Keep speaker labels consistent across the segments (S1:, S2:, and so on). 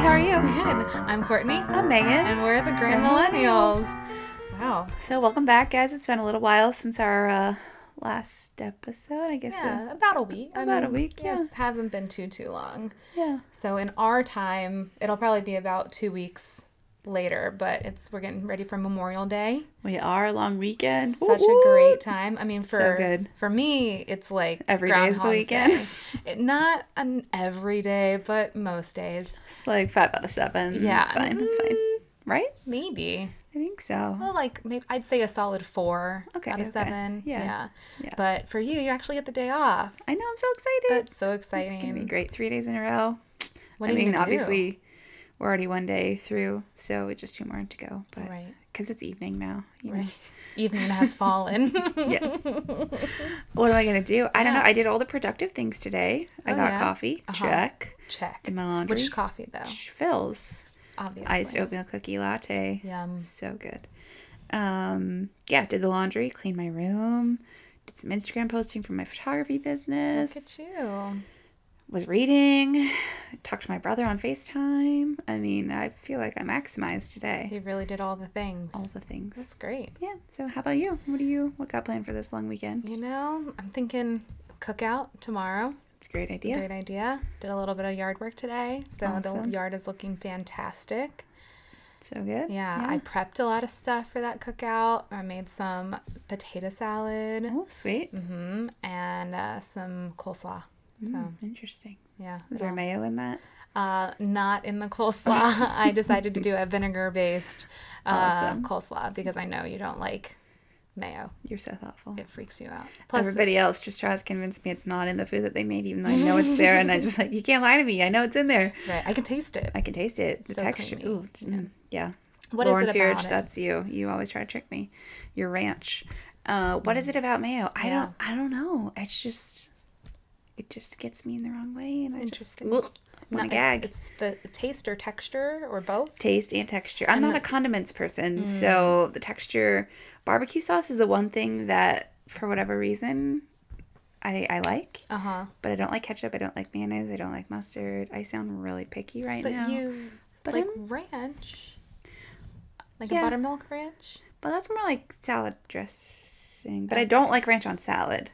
S1: Good. I'm Courtney,
S2: I'm Megan.
S1: and we're the Grand
S2: Grand
S1: Millennials.
S2: Millennials.
S1: Wow.
S2: So welcome back, guys. It's been a little while since our uh, last episode. I guess. uh,
S1: Yeah, about a week. I
S2: About a week, yeah.
S1: It hasn't been too, too long.
S2: yeah.
S1: So in our time, it'll probably be about two weeks later, but it's we're getting ready for Memorial Day.
S2: We are a long weekend.
S1: Such
S2: Woo-woo.
S1: a great time. I mean, for
S2: good.
S1: for me, it's like
S2: Every day is the
S1: Groundhog's
S2: weekend.
S1: Day. It- not an every day, but most days.
S2: It's like five out of seven.
S1: Yeah.
S2: It's fine. It's fine.
S1: Mm,
S2: Right?
S1: Maybe.
S2: I think so.
S1: Well, like maybe I'd say a solid four
S2: Okay,
S1: out of
S2: okay.
S1: seven.
S2: Yeah.
S1: yeah.
S2: Yeah.
S1: But for you, you actually get the day off.
S2: I know. I'm so excited.
S1: That's so exciting.
S2: It's gonna be great. Three days in a row.
S1: What
S2: I
S1: are you
S2: mean,
S1: gonna do?
S2: obviously, we're already one day through, so it's just two more to go. But
S1: Right.
S2: because it's evening now, you know.
S1: Right. Evening has fallen.
S2: yes. What am I gonna do? I don't know.
S1: Yeah.
S2: I did all the productive things today. I
S1: Oh,
S2: got
S1: yeah?
S2: coffee.
S1: Uh-huh.
S2: Check.
S1: Check.
S2: Did my laundry.
S1: Which coffee though?
S2: Phil's
S1: Obviously.
S2: iced oatmeal cookie latte.
S1: Yum.
S2: So good. Um, yeah, did the laundry, cleaned my room, did some Instagram posting for my photography business,
S1: Look at you.
S2: was reading, talked to my brother on FaceTime. I mean, I feel like I maximized today.
S1: You really did all the things.
S2: All the things.
S1: That's great.
S2: Yeah. So how about you? What do you what got planned for this long weekend?
S1: You know, I'm thinking cookout tomorrow.
S2: It's a great
S1: It's a
S2: idea.
S1: Great idea. Did a little bit of yard work today, so
S2: Awesome.
S1: the yard is looking fantastic.
S2: So good.
S1: Yeah, I prepped a lot of stuff for that cookout. I made some potato salad
S2: Oh, sweet.
S1: hmm and uh, some coleslaw.
S2: Mm.
S1: So
S2: Interesting.
S1: yeah,
S2: Is
S1: it'll-
S2: there mayo in that?
S1: Uh, not in the coleslaw. I decided to do a vinegar based uh,
S2: Awesome.
S1: coleslaw because I know you don't like mayo.
S2: You're so thoughtful.
S1: It freaks you out. Plus,
S2: Everybody else just tries to convince me it's not in the food that they made, even though I know it's there. and I'm just like, you can't lie to me. I know it's in there.
S1: right, I can taste it.
S2: I can taste it. The
S1: So
S2: texture.
S1: creamy.
S2: Ooh, t- mm, yeah.
S1: What is
S2: Lauren
S1: it
S2: Furich,
S1: about it?
S2: that's you. You always try to trick me. Your ranch. Uh, what is it about mayo? I don't. I don't know. It's just. It just gets me in the wrong way, and I just
S1: Interesting.
S2: want
S1: Not-
S2: to
S1: it's-
S2: gag.
S1: It's, the taste or texture or both.
S2: taste and texture. I'm not a condiments
S1: Mm.
S2: person, so the texture barbecue sauce is the one thing that for whatever reason I I like.
S1: Uh huh.
S2: But I don't like ketchup, I don't like mayonnaise, I don't like mustard. I sound really picky right
S1: But
S2: now.
S1: you
S2: But
S1: like ranch, like
S2: Yeah.
S1: a buttermilk ranch.
S2: But that's more like salad dressing. But I don't like ranch on salad.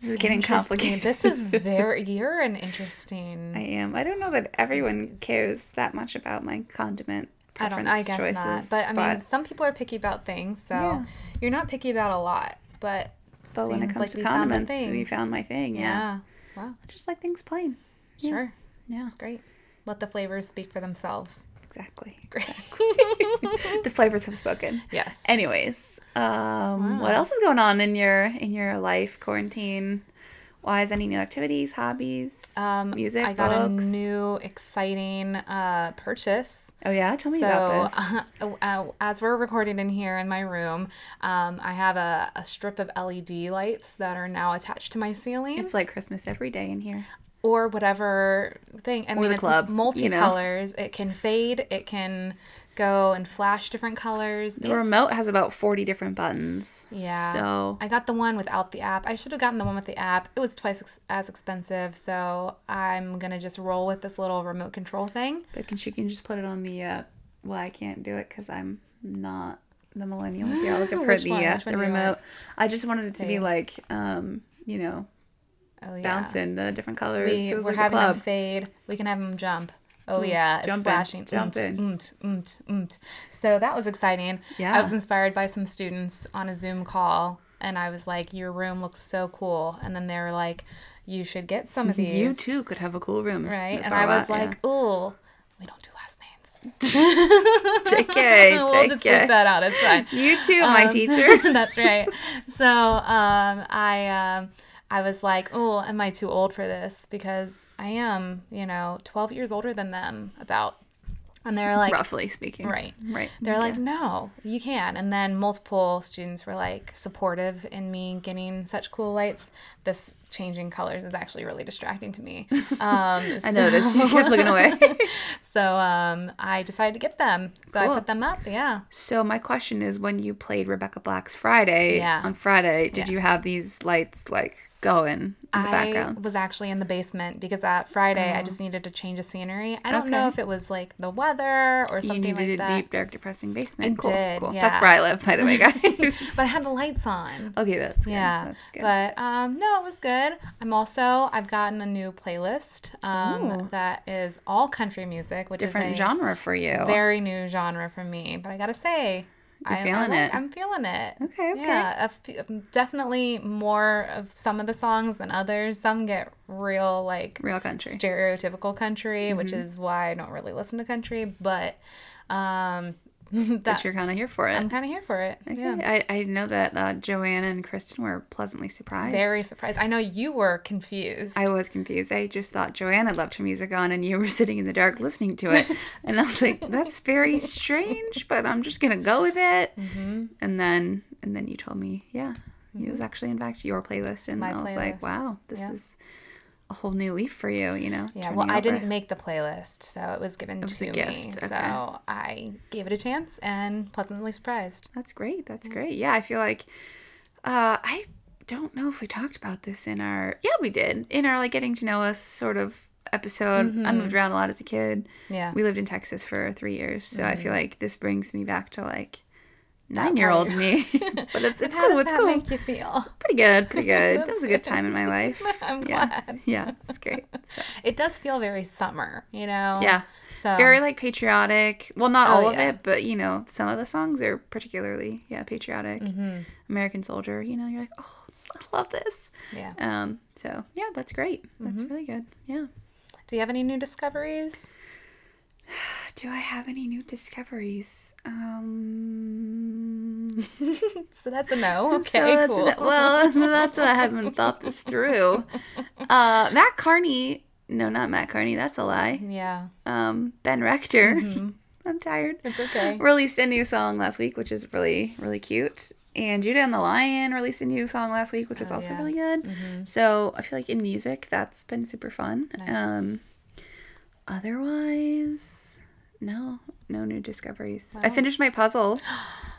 S2: This is getting
S1: Interesting.
S2: complicated.
S1: This is very. You're an interesting.
S2: I am. I don't know that everyone
S1: Species.
S2: cares that much about my condiment
S1: I
S2: preference
S1: don't. I guess
S2: choices.
S1: not. But I mean, some people are picky about things, so
S2: Yeah.
S1: you're not picky about a lot. But
S2: but when it
S1: seems
S2: comes
S1: like
S2: to
S1: we found the
S2: condiments,
S1: thing.
S2: we found my thing. yeah.
S1: yeah. Wow.
S2: I just like things plain. Yeah.
S1: Sure.
S2: Yeah.
S1: That's great. Let the flavors speak for themselves.
S2: Exactly.
S1: Great.
S2: the flavors have spoken.
S1: yes.
S2: Anyways, um, what
S1: Wow.
S2: else is going on in your in your life quarantine? Wise, any new activities, hobbies,
S1: um,
S2: music,
S1: I got
S2: books?
S1: a new exciting uh, purchase.
S2: oh yeah, tell me
S1: so,
S2: about this.
S1: uh, uh, as we're recording in here in my room, um, I have a, a strip of LED lights that are now attached to my ceiling.
S2: It's like Christmas every day in here.
S1: or whatever thing. I mean,
S2: the
S1: it's
S2: club, you know.
S1: multicolors. It can fade. It can go and flash different colors.
S2: The remote has about forty different buttons.
S1: Yeah.
S2: So
S1: I got the one without the app. I should have gotten the one with the app. It was twice ex- as expensive, so I'm gonna just roll with this little remote control thing.
S2: but can she can just put it on the? Uh, well, I can't do it because I'm not the millennial here. I'll look up for
S1: Which
S2: the
S1: one?
S2: uh,
S1: Which one
S2: the
S1: do you want?
S2: remote. I just wanted it to be
S1: See.
S2: like, um, you know,
S1: Oh yeah.
S2: bouncing the different colors.
S1: We,
S2: it
S1: we're
S2: was like a
S1: having them
S2: club. Mm.
S1: fade. We can have them jump. Oh yeah, it's
S2: jump in,
S1: flashing.
S2: jump
S1: Oomt,
S2: in.
S1: oomt, oomt, oomt. So that was exciting.
S2: Yeah.
S1: I was inspired by some students on a Zoom call, and I was like, "Your room looks so cool," and then they were like, "You should get some of these."
S2: You too could have a cool room.
S1: right?
S2: That's
S1: and
S2: where
S1: I
S2: I'm
S1: was
S2: at, yeah.
S1: like, "Ooh, we don't do last names."
S2: JK,
S1: we'll just
S2: JK.
S1: bleep that out. It's fine.
S2: you too, my
S1: Um,
S2: teacher.
S1: that's right. So um, I um, I was like, oh, am I too old for this? Because I am, you know, 12 years older than them. About, and they're like,
S2: Roughly speaking.
S1: right.
S2: Right.
S1: They're like, no, you can. And then multiple students were like supportive in me getting such cool lights. This changing colors is actually really distracting to me. Um,
S2: I noticed. You kept looking away.
S1: So um, I decided to get them. So I
S2: Cool.
S1: put them up. Yeah.
S2: so my question is when you played Rebecca Black's Friday
S1: Yeah.
S2: on Friday, did you have these lights like going in the
S1: I
S2: background.
S1: was actually in the basement because that Friday I just needed to change the scenery. I don't know
S2: Oh. Okay.
S1: if it was like the weather or
S2: you
S1: something
S2: needed
S1: like
S2: a
S1: that.
S2: deep, dark, depressing basement.
S1: It
S2: cool,
S1: did,
S2: cool.
S1: yeah.
S2: That's where I live, by the way, guys.
S1: But I had the lights on.
S2: okay, that's good.
S1: Yeah,
S2: that's good.
S1: but um, no, it was good. I'm also I've gotten a new playlist um,
S2: Ooh.
S1: that is all country music, which
S2: Different
S1: is a
S2: genre for you.
S1: very new genre for me. But I gotta say,
S2: You're
S1: I'm
S2: feeling it.
S1: I'm feeling it.
S2: Okay, okay.
S1: Yeah, a f- definitely more of some of the songs than others. Some get real like
S2: Real country. Mm-hmm.
S1: stereotypical country, which is why I don't really listen to country. But um,
S2: But
S1: that
S2: you're kind of here for it.
S1: I'm kind of here for it.
S2: Okay.
S1: Yeah.
S2: I, I know that uh, Joanne and Kristen were pleasantly surprised.
S1: Very surprised. I know you were confused.
S2: I was confused. I just thought Joanne had left her music on and you were sitting in the dark listening to it. and I was like, that's very strange, but I'm just going to go with it.
S1: Mm-hmm.
S2: And then and then you told me, yeah, it was actually in fact your playlist and
S1: My
S2: I was
S1: playlist.
S2: like, wow, this
S1: Yeah.
S2: is a whole new leaf for you, you know.
S1: yeah,
S2: turning
S1: well, I
S2: over.
S1: didn't make the playlist, so it was given
S2: was
S1: to
S2: a
S1: me.
S2: gift, okay.
S1: So I gave it a chance and pleasantly surprised.
S2: That's great. That's great. Yeah, I feel like uh I don't know if we talked about this in our Yeah, we did. In our like getting to know us sort of episode. I
S1: Mm-hmm.
S2: moved around a lot as a kid.
S1: Yeah.
S2: We lived in Texas for 3 years, so I feel like this brings me back to like 9-year-old
S1: Mm-hmm. part.
S2: me. but it's
S1: And
S2: it's
S1: how
S2: cool.
S1: does
S2: It's
S1: that
S2: cool.
S1: make you feel?
S2: Pretty good. Pretty good. that
S1: That's
S2: was a good time in my life.
S1: I'm
S2: yeah.
S1: glad.
S2: Yeah, it's great. So
S1: It does feel very summer, you know?
S2: Yeah.
S1: So
S2: very like patriotic. Well, not
S1: Oh,
S2: all
S1: yeah.
S2: of it, but you know, some of the songs are particularly yeah patriotic.
S1: Mm-hmm.
S2: American Soldier, you know, you're like, oh, I love this.
S1: yeah.
S2: Um, so yeah, that's great. That's
S1: Mm-hmm.
S2: really good. Yeah.
S1: Do you have any new discoveries?
S2: Do I have any new discoveries? Um,
S1: So that's a no.
S2: so
S1: Okay,
S2: that's-
S1: cool.
S2: well, that's I haven't thought this through. Uh, Matt Carney. No, not Matt Carney. That's a lie.
S1: yeah,
S2: Um, Ben Rector. I'm tired.
S1: Mm-hmm. it's okay.
S2: released a new song last week, which is really, really cute. And Judah and the Lion released a new song last week, which was
S1: Oh,
S2: also
S1: yeah. Mm-hmm.
S2: really good. So I feel like in music, that's been super fun.
S1: Nice.
S2: Um, otherwise, no, no new discoveries. I finished my puzzle,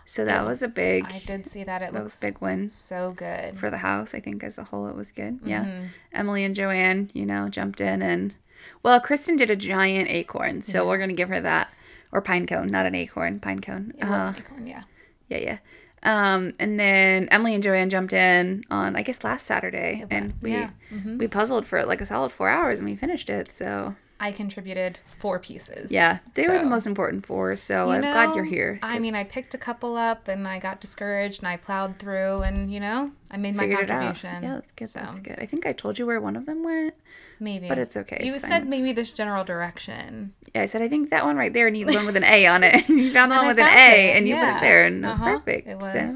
S2: so that was a big,
S1: I did see that. It
S2: that was
S1: looks
S2: a big win
S1: so good.
S2: for the house. I think as a whole, it was good.
S1: Mm-hmm.
S2: Yeah, Emily and Joanne, you know, jumped in and well, Kristen did a giant acorn, so we're gonna give her that or pine cone, not an acorn, pine cone.
S1: It was
S2: Uh,
S1: acorn, yeah.
S2: yeah, yeah. Um, and then Emily and Joanne jumped in on I guess last Saturday, and we
S1: yeah. Mm-hmm.
S2: we puzzled for like a solid four hours, and we finished it. So
S1: I contributed four pieces.
S2: yeah, they were the
S1: so-
S2: most important four. So
S1: You
S2: I'm glad
S1: know,
S2: you're here.
S1: I mean, I
S2: 'cause
S1: picked a couple up and I got discouraged and I plowed through and, you know, I made my
S2: figured it out.
S1: contribution.
S2: Yeah, that's good.
S1: So,
S2: That's good. I think I told you where one of them went.
S1: Maybe.
S2: but it's okay,
S1: You
S2: it's fine,
S1: said
S2: it's
S1: maybe this general direction.
S2: Yeah, I said I think that one right there needs one with an A on it. And you found the
S1: And
S2: one
S1: I
S2: with an
S1: found
S2: A,
S1: it,
S2: and you put
S1: yeah.
S2: it there, and that's
S1: Uh-huh,
S2: perfect.
S1: it
S2: so,
S1: was
S2: yeah,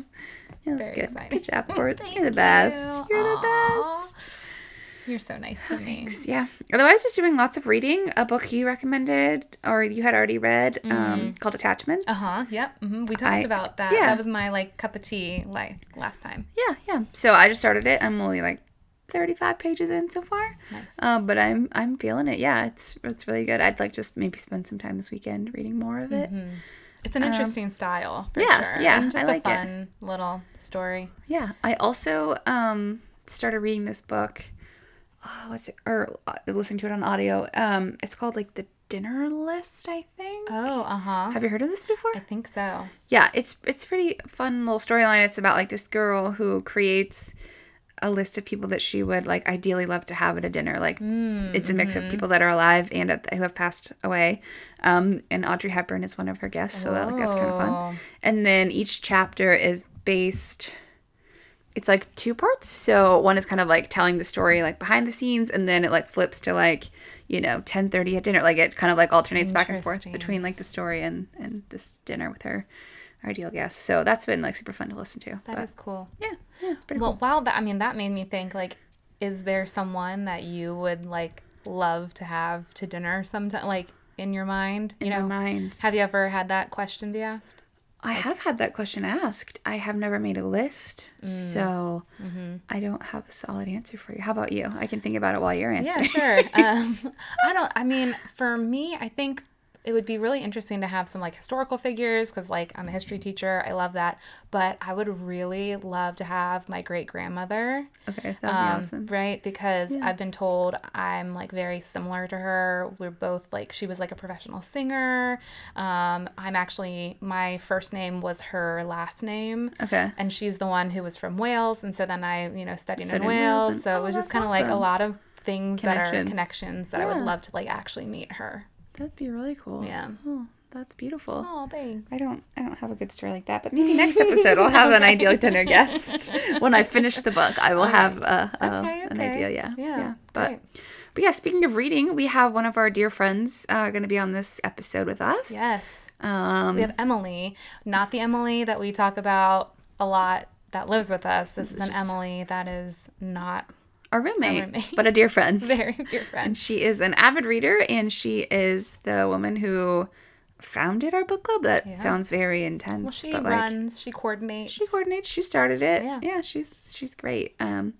S2: that's
S1: very
S2: good.
S1: exciting.
S2: Good job, Ford.
S1: Thank
S2: You're the best.
S1: you.
S2: You're
S1: Aw.
S2: the best. Oh,
S1: You're so nice to me.
S2: Thanks. Yeah. Otherwise, just doing lots of reading. A book you recommended, or you had already read, um, called Attachments.
S1: Uh huh. Yep. hmm We talked
S2: I-
S1: about that.
S2: yeah.
S1: That was my like cup of tea like last time.
S2: Yeah, yeah. So I just started it. I'm only like 35 pages in so far.
S1: Nice.
S2: Uh, but I'm I'm feeling it. Yeah, it's it's really good. I'd like just maybe spend some time this weekend reading more of
S1: Mm-hmm.
S2: it.
S1: It's an interesting style. For
S2: Um, yeah,
S1: Sure.
S2: yeah,
S1: And just
S2: I like
S1: a
S2: it.
S1: fun little story.
S2: Yeah, I also um started reading this book. Oh, what's it? Or uh, listening to it on audio. Um, it's called like the Dinner List, I think.
S1: Oh, uh huh.
S2: Have you heard of this before?
S1: I think so.
S2: Yeah, it's it's pretty fun little storyline. It's about like this girl who creates a list of people that she would like ideally love to have at a dinner. Like
S1: Mm,
S2: it's a mix
S1: mm-hmm.
S2: of people that are alive and of- who have passed away. Um, and Audrey Hepburn is one of her guests, so that, like, that's kind of
S1: Oh.
S2: fun. And then each chapter is based. It's like two parts. So one is kind of like telling the story like behind the scenes, and then it like flips to like you know ten thirty at dinner. Like it kind of like alternates back and forth
S1: Interesting.
S2: between like the story and and this dinner with her our ideal guest. So that's been like super fun to listen to.
S1: That
S2: but,
S1: is cool.
S2: yeah, yeah, it's pretty
S1: Well, wow. That I mean, that made me think. Like, is there someone that you would like love to have to dinner sometime? Like in your mind, you
S2: cool.
S1: know.
S2: No mind.
S1: Have you ever had that question be asked?
S2: I have had that question asked. I have never made a list,
S1: Mm.
S2: so
S1: Mm-hmm.
S2: I don't have a solid answer for you. How about you? I can think about it while you're answering.
S1: Yeah, sure. um, I don't. I mean, for me, I think it would be really interesting to have some like historical figures because like I'm a history teacher. I love that. But I would really love to have my great grandmother.
S2: Okay, that'd be
S1: Um,
S2: awesome.
S1: Right? Because I've been told I'm like very similar to her. We're both like, she was like a professional singer. Um, I'm actually, my first name was her last name.
S2: Okay.
S1: And she's the one who was from Wales. And so then I, you know, studied in
S2: Studied in Wales
S1: Wales.
S2: and-
S1: so
S2: oh,
S1: it was just
S2: that's
S1: kind of like a
S2: awesome.
S1: lot of things that are
S2: Connections.
S1: connections that I
S2: Yeah.
S1: would love to like actually meet her.
S2: That'd be really cool.
S1: Yeah.
S2: Oh, that's beautiful.
S1: Oh, thanks.
S2: I don't I don't have a good story like that, but maybe next episode I'll have an ideal dinner guest. when I finish the book, I will have a, a,
S1: Okay,
S2: an
S1: okay.
S2: idea. Yeah,
S1: Yeah,
S2: But
S1: great.
S2: but yeah, speaking of reading, we have one of our dear friends uh, going to be on this episode with us.
S1: Yes.
S2: Um,
S1: We have Emily, not the Emily that we talk about a lot that lives with us. This is an Emily that is not
S2: our roommate,
S1: roommate.
S2: but a dear friend.
S1: very dear friend.
S2: She is an avid reader, and she is the woman who founded our book club. That sounds very intense.
S1: She
S2: but like,
S1: runs, she coordinates.
S2: she coordinates. She started it.
S1: Yeah.
S2: she's she's great. Um,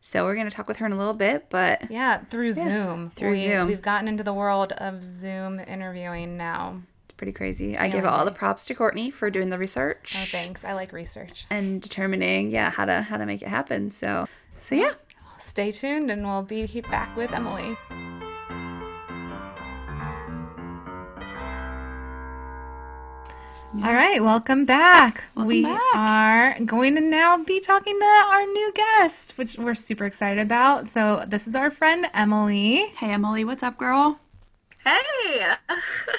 S2: so we're gonna talk with her in a little bit, but
S1: yeah, through Zoom.
S2: through
S1: we,
S2: Zoom.
S1: We've gotten into the world of Zoom interviewing now.
S2: it's pretty crazy. I give all the props to Courtney for doing the research
S1: Oh, thanks. I like research.
S2: and determining, yeah, how to how to make it happen. So, so yeah.
S1: Stay tuned and we'll be he- back with Emily. All right, welcome back. we are going to now be talking to our new guest, which we're super excited about. So, this is our friend Emily.
S2: Hey Emily, what's up, girl?
S3: Hey,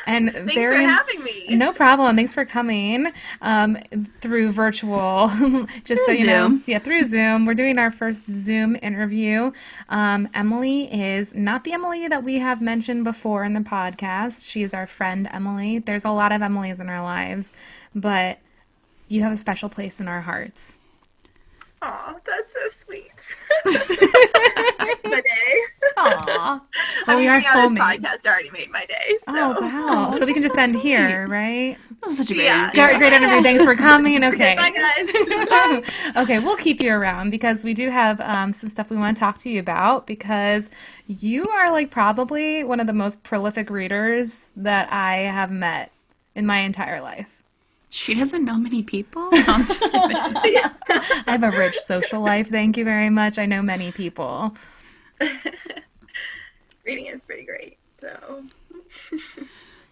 S1: And
S3: thanks
S1: very
S3: for having me.
S1: No problem. Thanks for coming um, through virtual. Just so
S2: Through
S1: you know,
S2: Zoom.
S1: yeah, through Zoom. We're doing our first Zoom interview. Um, Emily is not the Emily that we have mentioned before in the podcast. She is our friend Emily. There's a lot of Emilys in our lives, but you have a special place in our hearts.
S3: Aw, that's so sweet. That's my day.
S1: Aww.
S3: I
S1: we
S3: mean,
S1: are
S3: being on Oh, this
S1: soulmates.
S3: podcast already made my day. So.
S1: Oh wow! so we can just end here, right?
S2: This is such a
S3: great Yeah. idea.
S1: Great, great interview. Thanks for coming. Okay.
S3: Bye, guys.
S1: okay, we'll keep you around because we do have um, some stuff we want to talk to you about because you are like probably one of the most prolific readers that I have met in my entire life.
S2: She doesn't know many people. I'm just kidding.
S1: I have a rich social life. Thank you very much. I know many people.
S3: Reading is pretty great. So,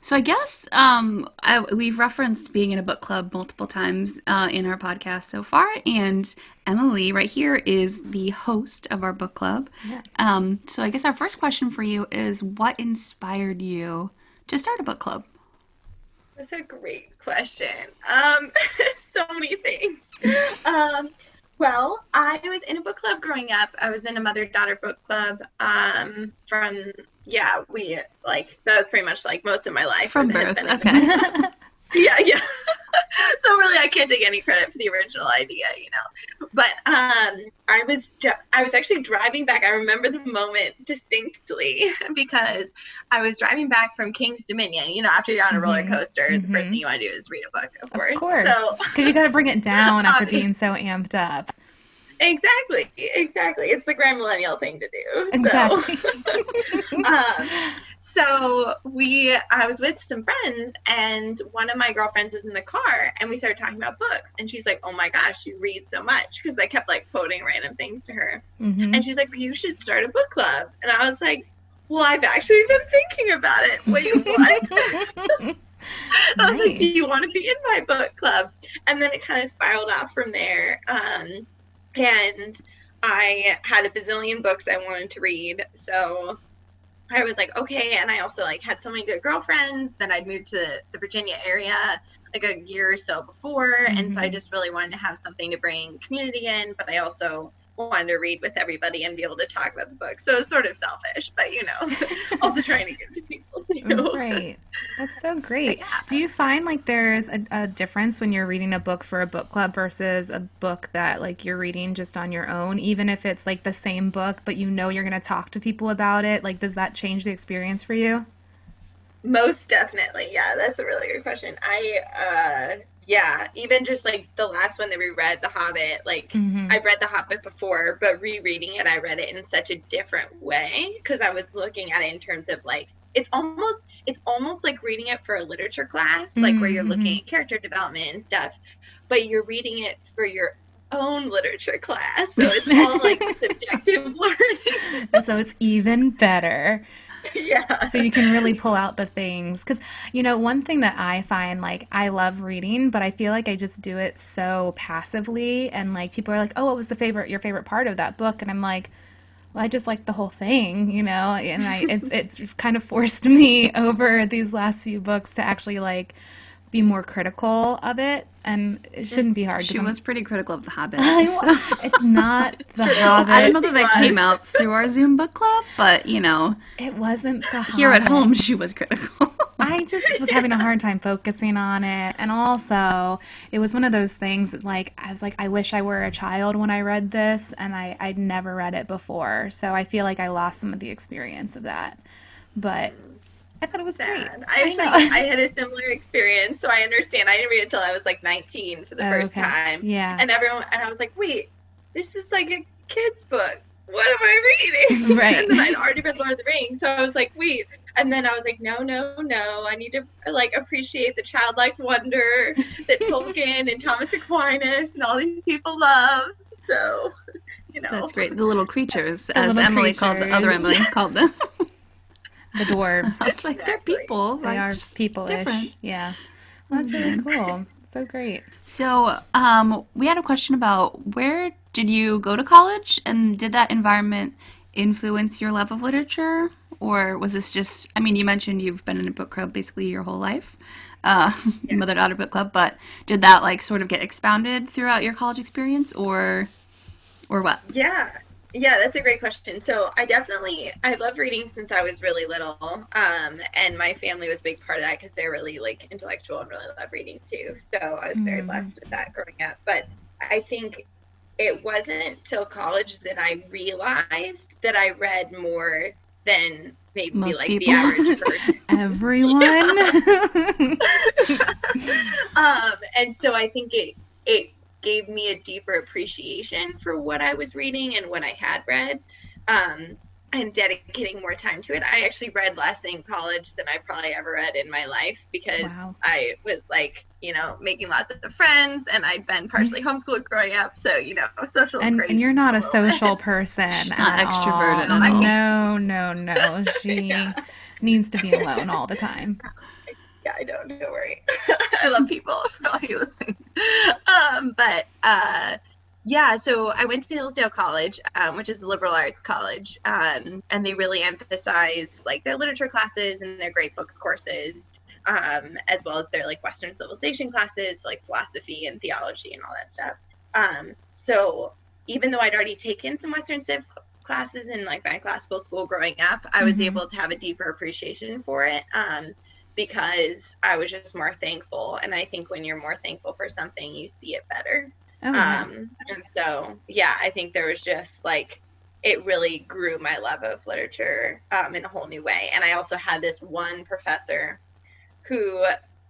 S2: So I guess um, I, we've referenced being in a book club multiple times uh, in our podcast so far, and Emily right here is the host of our book club. Um, so I guess our first question for you is, what inspired you to start a book club?
S3: That's a great question. Um, so many things. Um, well, I was in a book club growing up. I was in a mother-daughter book club. Um, from yeah, we like that was pretty much like most of my life
S2: From
S3: had
S2: birth,
S3: been in a
S2: okay.
S3: yeah, yeah. so really, I can't take any credit for the original idea, you know. But um, I was dr- I was actually driving back. I remember the moment distinctly because I was driving back from King's Dominion. You know, after you're on a roller
S1: Mhm,
S3: coaster, the first
S1: mhm.
S3: thing you want to do is read a book, of course.
S1: Of course.
S3: So
S1: Because you got to bring it down after
S3: Obvious.
S1: being so amped up.
S3: exactly, exactly, it's the grand millennial thing to do. So.
S1: Exactly.
S3: um, so we i was with some friends and one of my girlfriends was in the car and we started talking about books and she's like oh my gosh you read so much because i kept like quoting random things to her
S1: Mhm.
S3: and she's like you should start a book club and i was like well i've actually been thinking about it wait what I was like, "Do you want to be in my book club?" And then it kind of spiraled off from there. Um, and I had a bazillion books I wanted to read, so I was like, "Okay." And I also like had so many good girlfriends. Then I'd moved to the Virginia area like a year or so before, and so I
S1: Mhm.
S3: just really wanted to have something to bring community in, but I also wanted to read with everybody and be able to talk about the book. So it's sort of selfish, but you know, also trying to give to people too.
S1: Right. That's so great. Do you find like there's a, a difference when you're reading a book for a book club versus a book that like you're reading just on your own, even if it's like the same book, but you know you're going to talk to people about it? Like, does that change the experience for you?
S3: Most definitely. Yeah, that's a really good question. I, uh, yeah, even just like the last one that we read, The Hobbit, like
S1: Mm-hmm.
S3: I've read The Hobbit before, but rereading it, I read it in such a different way because I was looking at it in terms of like it's almost it's almost like reading it for a literature class, like where you're looking at character development and stuff, but you're reading it for your own literature class. So it's all like subjective learning.
S1: And so it's even better.
S3: yeah.
S1: So you can really pull out the things. Because, you know, one thing that I find like I love reading, but I feel like I just do it so passively. And like people are like, oh, what was the favorite, your favorite part of that book? And I'm like, well, I just like the whole thing, you know, and I it's it's kind of forced me over these last few books to actually like be more critical of it, and it shouldn't be hard. 'cause
S2: Mm. She
S1: I'm-
S2: was pretty critical of The Hobbit.
S1: I
S2: so-
S1: wa- it's not the
S2: I don't
S1: Hobbit.
S2: know that that came out through our Zoom book club, but you know,
S1: It wasn't the Hobbit.
S2: here at home, she was critical.
S1: I just was having a hard time focusing on it. And also, it was one of those things that, like, I was like, I wish I were a child when I read this, and I, I'd never read it before. So I feel like I lost some of the experience of that. But I thought it was great.
S3: Sad. I actually
S1: know.
S3: I, had a similar experience, so I understand. I didn't read it till I was like 19 for the first
S1: Okay.
S3: time,
S1: Yeah.
S3: and everyone and I was like, wait, this is like a kid's book. What am I reading?
S1: Right.
S3: and then I'd already read Lord of the Rings, so I was like, wait. And then I was like, no, no, no. I need to like appreciate the childlike wonder that Tolkien and Thomas Aquinas and all these people loved. So, you know,
S2: That's great. The little creatures, as
S1: little
S2: Emily called the other
S1: creatures.
S2: Emily called them.
S1: the dwarves.
S2: It's like they're
S3: Exactly.
S2: people.
S1: they
S2: like,
S1: are
S2: just
S1: people
S2: different.
S1: ish. Yeah. Well, that's really
S3: Mm-hmm.
S1: cool. So great.
S2: So, um, we had a question about where did you go to college, and did that environment influence your love of literature, or was this just? I mean, you mentioned you've been in a book club basically your whole life, uh, mother daughter book club. But did that like sort of get expounded throughout your college experience, or, or what?
S3: Yeah. Yeah, that's a great question. So I definitely I love reading since I was really little, um, and my family was a big part of that because they're really like intellectual and really love reading too. So I was very
S1: Mm.
S3: blessed with that growing up. But I think it wasn't till college that I realized that I read more than maybe
S2: Most
S3: like
S2: people.
S3: the average person.
S1: Everyone.
S3: um, and so I think it it gave me a deeper appreciation for what I was reading and what I had read, um, and dedicating more time to it. I actually read less in college than I probably ever read in my life because
S1: Wow.
S3: I was like, you know, making lots of friends, and I'd been partially homeschooled growing up, so you know, social.
S1: and,
S3: craze
S1: and you're not a
S3: was little.
S1: social person
S2: not
S1: at all.
S2: extroverted at
S1: no
S2: all.
S1: no no she needs to be alone all the time
S3: yeah, I don't. Don't worry. I love people. For all you listening. Um, but uh, yeah, so I went to Hillsdale College, um, which is a liberal arts college, um, and they really emphasize like their literature classes and their great books courses, um, as well as their like Western civilization classes, like philosophy and theology and all that stuff. Um, so even though I'd already taken some Western civ cl- classes in like my classical school growing up, I was
S1: Mhm.
S3: able to have a deeper appreciation for it. Um, because I was just more thankful. And I think when you're more thankful for something, you see it better.
S1: oh yeah.
S3: Um, and so, yeah, I think there was just like, it really grew my love of literature um, in a whole new way. And I also had this one professor who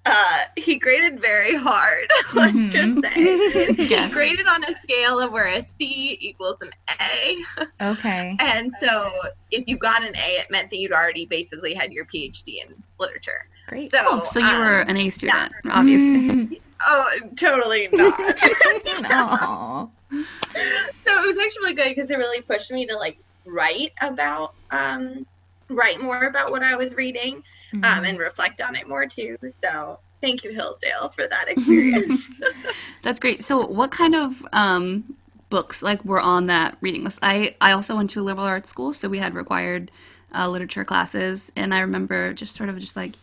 S3: uh, he graded very hard, let's
S1: Mhm.
S3: just say.
S2: Yeah.
S3: He graded on a scale of where a C equals an A.
S1: okay
S3: And so, if you got an A, it meant that you'd already basically had your PhD in literature.
S1: great Mm.
S3: So,
S2: Oh, so you were
S3: um,
S2: an A student, obviously.
S3: Oh, totally not. so
S1: oh
S3: it was actually good because it really pushed me to like write about, um, write more about what I was reading,
S1: Mm-hmm.
S3: um, and reflect on it more too. So thank you, Hillsdale, for that experience.
S2: That's great. So, what kind of um, books like were on that reading list? I I also went to a liberal arts school, so we had required uh, literature classes, and I remember just sort of just like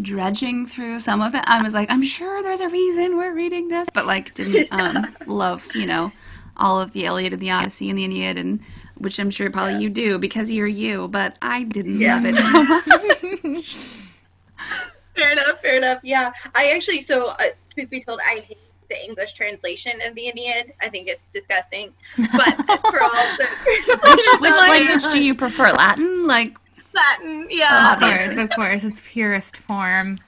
S2: dredging through some of it. I was like, I'm sure there's a reason we're reading this, but like didn't um, love you know all of the Iliad and the Odyssey and the Aeneid, and which I'm sure probably you do because you're you. But I didn't
S3: Yeah.
S2: love it so much.
S1: Mm.
S3: fair enough, fair enough. Yeah, I actually so uh, truth be told, I hate the English translation of the Aeneid. I think it's disgusting. But for all the
S2: Which, which language do you prefer? Latin? Like
S3: Latin, yeah.
S1: Oh, of course of course it's purest form